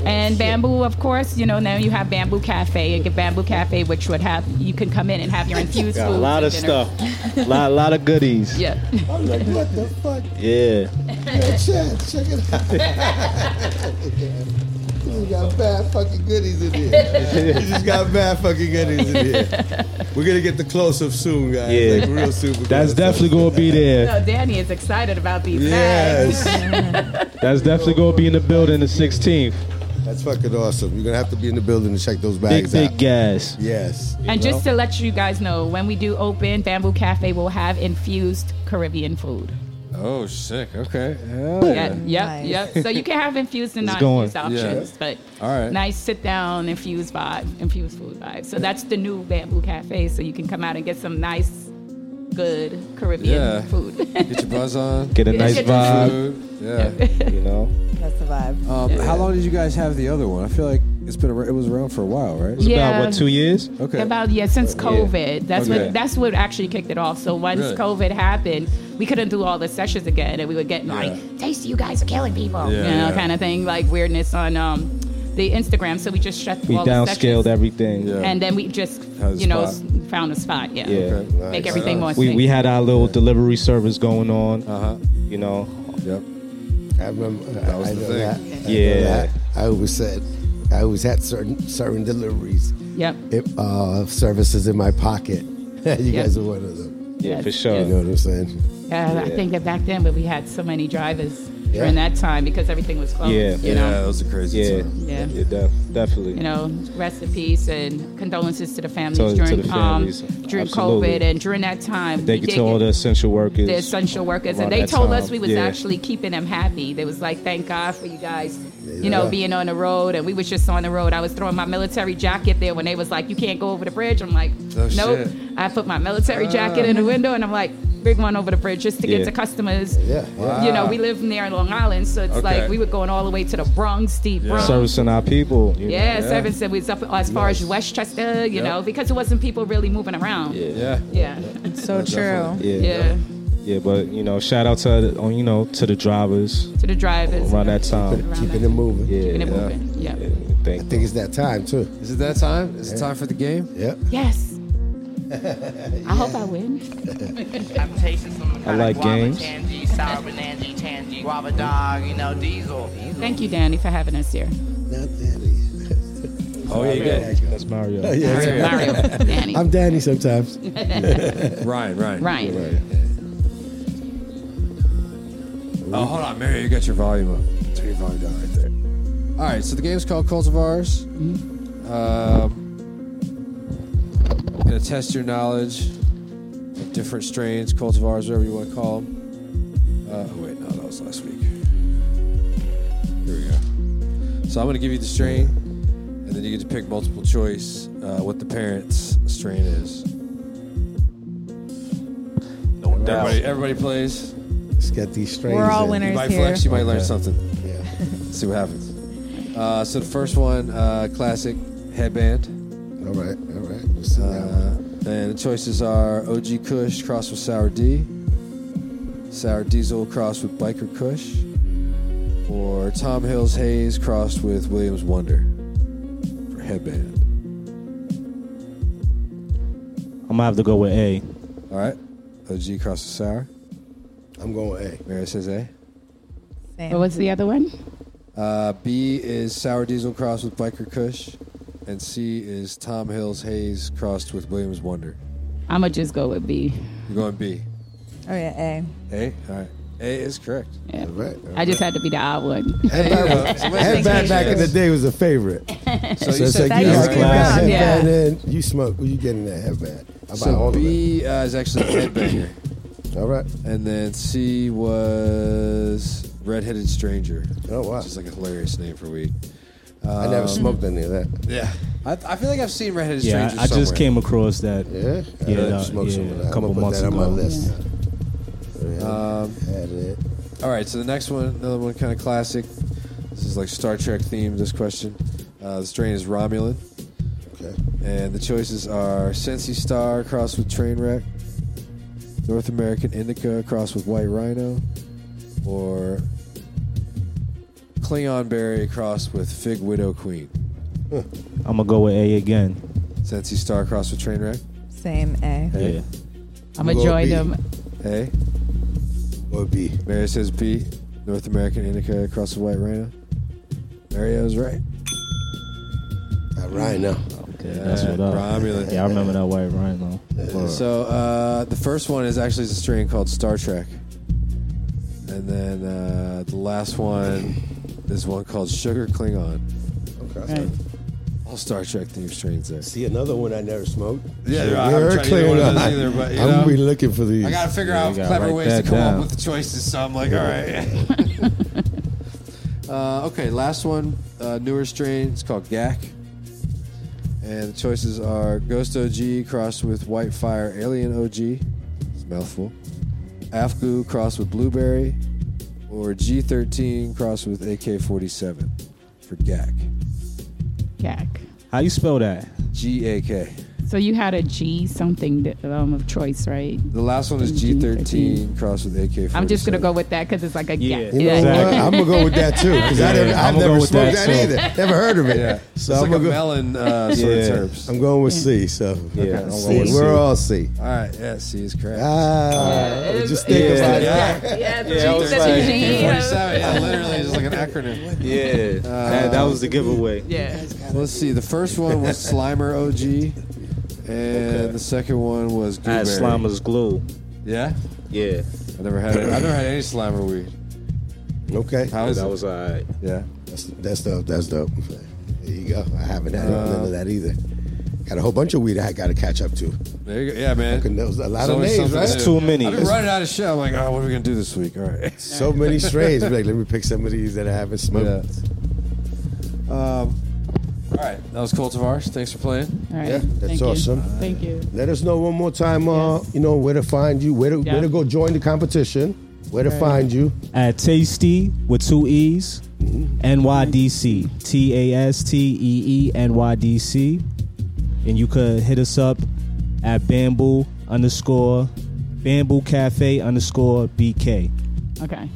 Speaker 4: And bamboo, of course, you know. Now you have bamboo cafe. You get bamboo cafe, which would have you can come in and have your infused
Speaker 8: Got a
Speaker 4: foods
Speaker 8: lot of
Speaker 4: and dinner.
Speaker 8: stuff. lot, lot of goodies.
Speaker 4: Yeah.
Speaker 5: I'm like, what the fuck?
Speaker 8: Yeah.
Speaker 5: Chad, check it out. you got bad fucking goodies in here. You just got bad fucking goodies in here. We're gonna get the close up soon, guys.
Speaker 8: Yeah.
Speaker 5: Like real soon. We're
Speaker 3: That's
Speaker 5: gonna-
Speaker 3: definitely gonna be there.
Speaker 4: So Danny is excited about these bags.
Speaker 5: Yes.
Speaker 3: That's definitely gonna be in the building the 16th.
Speaker 5: That's fucking awesome. You're gonna have to be in the building to check those
Speaker 8: Big,
Speaker 5: bags
Speaker 8: big
Speaker 5: out.
Speaker 8: gas.
Speaker 5: Yes.
Speaker 4: And just to let you guys know, when we do open, Bamboo Cafe will have infused Caribbean food.
Speaker 1: Oh, sick. Okay.
Speaker 4: Yeah, yep,
Speaker 2: Nice.
Speaker 4: yep. So you can have infused and
Speaker 8: It's
Speaker 4: non
Speaker 8: going.
Speaker 4: infused options, but
Speaker 1: All right.
Speaker 4: nice sit down infused vibe, infused food vibe. So that's the new Bamboo Cafe. So you can come out and get some nice, good Caribbean
Speaker 1: Yeah.
Speaker 4: food.
Speaker 1: Get your buzz on.
Speaker 3: Get a
Speaker 4: Yeah.
Speaker 3: nice
Speaker 4: Get
Speaker 3: vibe.
Speaker 1: Food. Yeah.
Speaker 8: You know.
Speaker 2: That's the vibe.
Speaker 1: Um, How long did you guys have the other one? I feel like it's been ar- it was around for a while, right?
Speaker 4: yeah.
Speaker 8: About what two years?
Speaker 1: Okay.
Speaker 4: About yeah, since COVID. That's
Speaker 1: Okay.
Speaker 4: what that's what actually kicked it off. So once
Speaker 1: Really?
Speaker 4: COVID happened, we couldn't do all the sessions again, and we would get like, "Tasty, you guys are killing people,"
Speaker 1: Yeah,
Speaker 4: you know,
Speaker 1: yeah.
Speaker 4: kind of thing, like weirdness on um, the Instagram. So we just shut
Speaker 3: We
Speaker 4: all the sessions,
Speaker 3: downscaled everything.
Speaker 1: Yeah.
Speaker 4: and then we just
Speaker 1: Found a
Speaker 4: you know s-
Speaker 1: spot.
Speaker 4: found a spot. Yeah,
Speaker 3: Yeah.
Speaker 1: Okay.
Speaker 4: make
Speaker 5: Nice.
Speaker 4: everything more.
Speaker 3: We
Speaker 4: safe.
Speaker 3: we had our little delivery service going on.
Speaker 1: Uh huh.
Speaker 3: You know.
Speaker 1: Yep.
Speaker 5: I remember that
Speaker 1: was
Speaker 5: I
Speaker 1: the
Speaker 5: know
Speaker 1: thing.
Speaker 5: That. I know
Speaker 3: Yeah.
Speaker 5: that. I always said I always had certain certain deliveries
Speaker 4: Yep.
Speaker 5: it, uh, services in my pocket. you
Speaker 4: Yeah.
Speaker 5: guys are one of them.
Speaker 3: Yeah, for
Speaker 4: Yes,
Speaker 3: sure.
Speaker 5: You know what I'm saying?
Speaker 4: Yeah, I think that back then, but we had so many drivers
Speaker 5: Yeah.
Speaker 4: during that time because everything was closed.
Speaker 3: Yeah.
Speaker 1: Yeah,
Speaker 4: you know.
Speaker 1: that was a crazy
Speaker 3: Yeah.
Speaker 1: time.
Speaker 4: Yeah.
Speaker 3: Yeah, def- definitely.
Speaker 4: you know, rest in peace and condolences to the families
Speaker 3: To- to
Speaker 4: during
Speaker 3: the families.
Speaker 4: um during
Speaker 3: Absolutely.
Speaker 4: COVID and during that time.
Speaker 3: Thank
Speaker 4: we
Speaker 3: you
Speaker 4: did
Speaker 3: to all
Speaker 4: get
Speaker 3: the essential workers.
Speaker 4: the essential workers,
Speaker 3: around
Speaker 4: and they
Speaker 3: that
Speaker 4: told
Speaker 3: time.
Speaker 4: us we was
Speaker 3: Yeah.
Speaker 4: actually keeping them happy. They was like, "Thank God for you guys, you know,
Speaker 5: Yeah.
Speaker 4: being on the road." And we was just on the road. I was throwing my military jacket there when they was like, "You can't go over the bridge." I'm like,
Speaker 1: Oh,
Speaker 4: "Nope."
Speaker 1: shit.
Speaker 4: I put my military jacket in the window, and I'm like, "Big one over the bridge just to get
Speaker 3: Yeah.
Speaker 4: to customers."
Speaker 5: Yeah.
Speaker 4: You know, we live near Long Island, so it's
Speaker 1: Okay.
Speaker 4: like we were going all the way to the Bronx, deep Bronx.
Speaker 3: servicing our people. you know.
Speaker 4: Yeah, service that was up as far as Westchester, you know, because it wasn't people really moving around. Yeah.
Speaker 1: Yeah.
Speaker 4: Yeah.
Speaker 2: So true.
Speaker 3: Yeah.
Speaker 4: Yeah.
Speaker 3: Yeah, But you know, shout out to the- oh, you know to the drivers
Speaker 4: To the drivers.
Speaker 3: around
Speaker 4: you know,
Speaker 3: that time.
Speaker 4: around
Speaker 5: Keeping
Speaker 4: that-
Speaker 5: it moving.
Speaker 3: Yeah.
Speaker 4: keeping it
Speaker 3: yeah.
Speaker 4: moving. Yeah.
Speaker 5: I
Speaker 3: Thank
Speaker 5: think it's that time too.
Speaker 1: Is it that time? Is it time for the game?
Speaker 5: Yep.
Speaker 4: Yes. I hope I win.
Speaker 9: I'm tasting some kind
Speaker 3: like
Speaker 9: of guava
Speaker 3: games.
Speaker 9: tangy, sour bananji tangy, guava dog, you know, diesel.
Speaker 4: Thank you, Danny, for having us here.
Speaker 5: Not Danny.
Speaker 1: Oh yeah, you got
Speaker 3: you. That's
Speaker 5: Oh,
Speaker 3: Mario.
Speaker 4: Mario, Danny,
Speaker 5: I'm Danny sometimes.
Speaker 1: Ryan. Ryan.
Speaker 4: Ryan.
Speaker 1: Oh, hold on, Mary. You got your volume up. Turn your volume down right there. All right. So the game's called Cultivars. Um, gonna test your knowledge of different strains, cultivars, whatever you want to call them. Uh, oh wait, no, that was last week. Here we go. So I'm gonna give you the strain, and then you get to pick multiple choice uh, what the parent's strain is. Everybody, everybody plays.
Speaker 5: Let's get these strains.
Speaker 2: We're all
Speaker 5: in.
Speaker 1: You
Speaker 2: winners
Speaker 1: might
Speaker 2: here.
Speaker 1: flex, you might learn something.
Speaker 5: Yeah.
Speaker 1: See what happens. Uh, so the first one, uh, classic headband.
Speaker 5: All right. All right. We'll see
Speaker 1: Uh,
Speaker 5: that one.
Speaker 1: and the choices are OG Kush crossed with Sour D, Sour Diesel crossed with Biker Kush, or Tom Hill's Haze crossed with Williams Wonder for headband.
Speaker 3: I'm gonna have to go with A.
Speaker 1: All right, OG crossed with Sour.
Speaker 5: I'm going A.
Speaker 1: Mary says A.
Speaker 2: Same.
Speaker 4: What was the other one?
Speaker 1: Uh, B is Sour Diesel crossed with Biker Kush, and C is Tom Hill's Haze crossed with Williams Wonder.
Speaker 4: I'm going to just go with B.
Speaker 1: You're going B.
Speaker 2: Oh yeah, A.
Speaker 1: A? All right. It is correct.
Speaker 4: Yeah.
Speaker 5: Right.
Speaker 4: I just had to be the odd one.
Speaker 5: Headband, headband back in the day was a favorite. So,
Speaker 1: you
Speaker 5: it's
Speaker 1: said
Speaker 5: like you
Speaker 1: B
Speaker 5: got
Speaker 1: is
Speaker 5: a
Speaker 1: class.
Speaker 5: headband
Speaker 4: Yeah.
Speaker 5: in, you smoke, you getting that headband. I buy
Speaker 1: So
Speaker 5: all of
Speaker 1: B uh, is actually the headbanger,
Speaker 5: it. All right.
Speaker 1: and then C was redheaded stranger.
Speaker 5: Oh, wow.
Speaker 1: which is like a hilarious name for weed.
Speaker 5: I
Speaker 6: Um,
Speaker 5: never smoked any of that.
Speaker 1: Yeah, I, I feel like I've seen redheaded
Speaker 6: Yeah,
Speaker 1: stranger.
Speaker 6: I, I just
Speaker 1: somewhere.
Speaker 6: came across that.
Speaker 5: Yeah?
Speaker 6: Yeah,
Speaker 5: I never
Speaker 6: that-
Speaker 5: smoked some
Speaker 6: yeah,
Speaker 5: of
Speaker 6: a
Speaker 5: that.
Speaker 6: couple
Speaker 5: I'm gonna put
Speaker 6: months
Speaker 5: that on my
Speaker 6: ago.
Speaker 5: list. Um, had it.
Speaker 1: All right, so the next one, another one, kind of classic. This is like Star Trek themed. This question, uh, the strain is Romulan,
Speaker 5: Okay.
Speaker 1: and the choices are Sensi Star crossed with Trainwreck, North American Indica crossed with White Rhino, or Klingon Berry crossed with Fig Widow Queen.
Speaker 8: I'm gonna go with A again.
Speaker 1: Sensi Star crossed with Trainwreck.
Speaker 2: Same A.
Speaker 8: Yeah.
Speaker 4: I'm gonna
Speaker 5: Go
Speaker 4: join
Speaker 5: B.
Speaker 4: them.
Speaker 1: Hey,
Speaker 5: Or B.
Speaker 1: Mary says B. North American Indica crossed with White Rhino. Mario's right.
Speaker 5: Not Rhino.
Speaker 8: Okay, that's
Speaker 1: Yeah,
Speaker 8: what up.
Speaker 1: Romulan.
Speaker 8: Yeah, I remember that white rhino.
Speaker 1: So uh, the first one is actually a strain called Star Trek, and then uh, the last one is one called Sugar Klingon.
Speaker 5: Okay.
Speaker 1: All Star Trek themed strains there.
Speaker 5: See another one I never smoked.
Speaker 1: Yeah, I haven't
Speaker 5: we're
Speaker 1: tried either
Speaker 5: clearing
Speaker 1: one of those
Speaker 5: up.
Speaker 1: either, but, you
Speaker 5: I'm
Speaker 1: know.
Speaker 5: be looking for these.
Speaker 1: I gotta figure
Speaker 8: Yeah,
Speaker 1: out
Speaker 8: you gotta
Speaker 1: clever
Speaker 8: write
Speaker 1: ways to
Speaker 8: that
Speaker 1: come up
Speaker 8: down.
Speaker 1: with the choices, so I'm like, all right. uh, okay, last one, uh, newer strain. It's called GAC, and the choices are Ghost OG crossed with White Fire Alien OG. It's a mouthful. Afgu crossed with Blueberry, or G13 crossed with AK47 for GAC.
Speaker 4: Gak.
Speaker 8: How you spell that?
Speaker 1: G A K.
Speaker 4: So you had a G something that, um, of choice, right?
Speaker 1: The last one is
Speaker 4: G13.
Speaker 1: G13 crossed with AK47.
Speaker 4: I'm just gonna go with that because it's like a
Speaker 8: Yeah.
Speaker 4: Gak.
Speaker 5: You know what? I'm gonna go with that too. Cause
Speaker 8: Yeah,
Speaker 5: I never, I've
Speaker 8: I'ma go
Speaker 5: never
Speaker 8: with
Speaker 5: smoked that,
Speaker 8: that,
Speaker 5: either. Never heard of it.
Speaker 1: Yeah.
Speaker 5: So
Speaker 1: it's
Speaker 5: I'm
Speaker 1: like a
Speaker 5: gonna go.
Speaker 1: melon uh, sort of terms.
Speaker 5: I'm going with C. So
Speaker 8: Yeah,
Speaker 5: Okay.
Speaker 8: I'm
Speaker 5: C.
Speaker 8: going with C.
Speaker 5: We're all C.
Speaker 1: All right, yeah, C is correct.
Speaker 5: Ah, just think
Speaker 8: it's
Speaker 5: about
Speaker 8: like-
Speaker 5: it.
Speaker 4: Yeah,
Speaker 8: I was like-
Speaker 1: Forty-seven, yeah, literally just like an acronym.
Speaker 8: Yeah,
Speaker 6: Uh,
Speaker 8: that, that was the giveaway.
Speaker 4: yeah.
Speaker 1: Let's see. The first one was Slimer OG, and the second one was
Speaker 8: I had
Speaker 1: Gooberry.
Speaker 8: Slimer's glue.
Speaker 1: Yeah,
Speaker 8: Yeah,
Speaker 1: I never had. It. I never had any Slimer weed.
Speaker 5: Okay,
Speaker 1: How is
Speaker 8: that
Speaker 1: it?
Speaker 8: was alright.
Speaker 1: yeah.
Speaker 5: that's, that's dope. That's dope. There you go. I haven't had none of that either. Got a whole bunch of weed I got to catch up to.
Speaker 1: There you go. Yeah, man.
Speaker 5: And there was a lot
Speaker 1: It's
Speaker 5: of
Speaker 1: always
Speaker 5: names,
Speaker 1: something
Speaker 5: right?
Speaker 1: to do.
Speaker 8: Too many.
Speaker 1: I've been running out of shit. I'm like, oh, what are we gonna do this week? All right.
Speaker 5: So many strains. Be like, let me pick some of these that I haven't smoked.
Speaker 1: Yeah. Um. All right, that was Cultivars. Thanks for playing.
Speaker 4: All right.
Speaker 5: Yeah, that's
Speaker 4: Thank you. Uh-huh.
Speaker 5: awesome.
Speaker 4: Thank you.
Speaker 5: Let us know one more time, uh, you know, where to find you, where to,
Speaker 4: Yeah.
Speaker 5: where to go join the competition, where to find you.
Speaker 6: At Tasty with two E's, NYDC. T A S T E E N Y D C. And you could hit us up at bamboo underscore bamboo cafe underscore BK.
Speaker 4: Okay.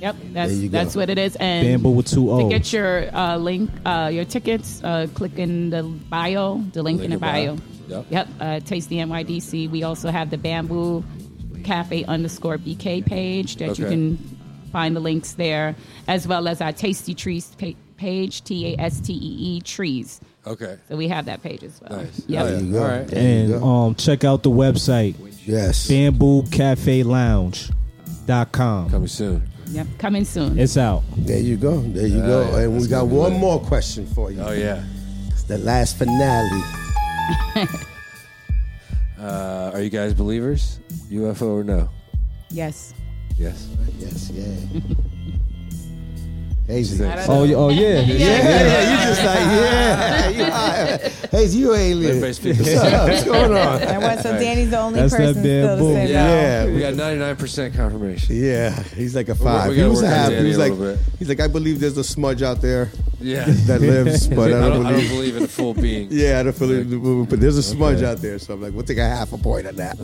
Speaker 4: Yep. That's
Speaker 5: There you go.
Speaker 4: that's what it is. And
Speaker 6: Bamboo with two
Speaker 4: to
Speaker 6: O's.
Speaker 4: get your uh, link, uh, your tickets, uh, click in the bio, the link, in the bio.
Speaker 1: Yep.
Speaker 4: Yep. Uh, Tasty NYDC. We also have the Bamboo Cafe underscore BK page that you
Speaker 1: Okay.
Speaker 4: can find the links there, as well as our Tasty Trees pa- page, T A S T E E Trees.
Speaker 1: Okay.
Speaker 4: So we have that page as well.
Speaker 1: Nice.
Speaker 4: Yep.
Speaker 1: Hell yeah.
Speaker 5: go.
Speaker 1: All right.
Speaker 5: There you
Speaker 6: and
Speaker 5: go.
Speaker 6: um, check out the website
Speaker 5: yes.
Speaker 6: bamboocafelounge.com.
Speaker 1: Coming soon.
Speaker 4: Yep. Coming soon.
Speaker 6: It's out.
Speaker 5: There you go. There you go.
Speaker 1: yeah,
Speaker 5: and we
Speaker 1: that's
Speaker 5: got
Speaker 1: gonna be
Speaker 5: one
Speaker 1: lit.
Speaker 5: more question for you.
Speaker 1: Oh yeah.
Speaker 5: It's the last finale.
Speaker 1: Uh, are you guys believers? UFO or no?
Speaker 4: yes.
Speaker 1: Yes.
Speaker 5: Yes, yeah. Hazy.
Speaker 1: I
Speaker 5: Yeah,
Speaker 1: don't
Speaker 6: Oh, yeah, oh yeah.
Speaker 5: yeah, you just like, yeah. You are. Hazy, you alien.
Speaker 1: Everybody speak the
Speaker 5: What's up? What's going on?
Speaker 2: And what, so Danny's the only
Speaker 6: That's that
Speaker 2: person still
Speaker 6: bamboo.
Speaker 2: to say no.
Speaker 5: Yeah.
Speaker 1: We
Speaker 5: we-
Speaker 1: got 99% confirmation.
Speaker 5: Yeah, he's like a five.
Speaker 1: we
Speaker 5: he
Speaker 1: gotta
Speaker 5: was a
Speaker 1: work on
Speaker 5: half. He
Speaker 1: Danny
Speaker 5: was
Speaker 1: a
Speaker 5: like,
Speaker 1: little bit.
Speaker 5: he's like, I believe there's a smudge out there
Speaker 1: Yeah.
Speaker 5: that lives, but I don't believe.
Speaker 1: in a full being.
Speaker 5: Yeah, I don't feel it, but there's a smudge out there, so I'm like, we'll take a half a point on that.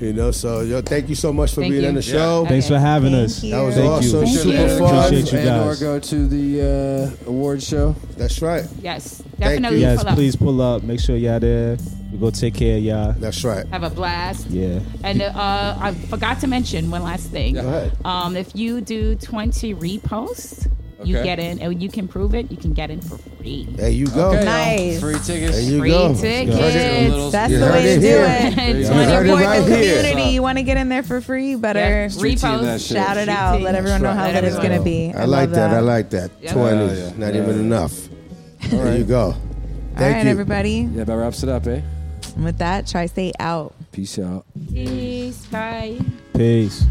Speaker 5: You know, so yo, thank you so much for
Speaker 4: Thank
Speaker 5: being
Speaker 4: you.
Speaker 5: on the
Speaker 4: Yeah.
Speaker 5: show.
Speaker 6: Thanks for having
Speaker 2: Thank
Speaker 6: us.
Speaker 2: you.
Speaker 5: That was
Speaker 6: Thank
Speaker 5: awesome,
Speaker 6: you.
Speaker 1: Should
Speaker 5: super
Speaker 1: we
Speaker 4: Thank you.
Speaker 5: fun.
Speaker 6: Appreciate you
Speaker 1: and/or
Speaker 6: guys.
Speaker 1: go to the uh, award show.
Speaker 5: That's right.
Speaker 4: Yes.
Speaker 5: you.
Speaker 4: Definitely.
Speaker 6: Yes,
Speaker 4: pull up.
Speaker 6: please pull up. Make sure y'all there. We go take care of y'all.
Speaker 5: That's right.
Speaker 4: Have a blast.
Speaker 6: Yeah.
Speaker 4: And uh, I forgot to mention one last thing.
Speaker 5: Go ahead.
Speaker 4: Um, if you do 20 reposts, You
Speaker 5: Okay.
Speaker 4: get in, and you can prove it. You can get in for free.
Speaker 5: There you
Speaker 1: Okay,
Speaker 5: go.
Speaker 1: y'all.
Speaker 2: Nice.
Speaker 1: Free tickets.
Speaker 5: There you
Speaker 4: Free
Speaker 5: go.
Speaker 4: tickets.
Speaker 2: That's
Speaker 5: You
Speaker 2: the
Speaker 5: heard
Speaker 2: way to
Speaker 5: it
Speaker 2: do
Speaker 5: here.
Speaker 2: it.
Speaker 1: you
Speaker 5: go. You heard
Speaker 2: Support
Speaker 5: it right
Speaker 2: the
Speaker 5: here.
Speaker 2: community. You want to get in there for free? Better
Speaker 4: Yeah.
Speaker 1: Street team that
Speaker 4: Repost.
Speaker 1: shit.
Speaker 2: shout it out. Let everyone know how
Speaker 4: Let
Speaker 2: lit it's
Speaker 4: everyone
Speaker 2: gonna
Speaker 4: know.
Speaker 2: be.
Speaker 5: I, like
Speaker 2: love
Speaker 5: that. I like that.
Speaker 4: Yeah.
Speaker 5: Twenty,
Speaker 1: Yeah, yeah.
Speaker 5: not
Speaker 1: Yeah.
Speaker 5: even enough. There you go. Thank
Speaker 2: All right,
Speaker 5: you.
Speaker 2: everybody.
Speaker 1: Yeah, that wraps it up, eh?
Speaker 2: And with that, Tri-State out.
Speaker 1: Peace out.
Speaker 4: Peace. Bye.
Speaker 6: Peace.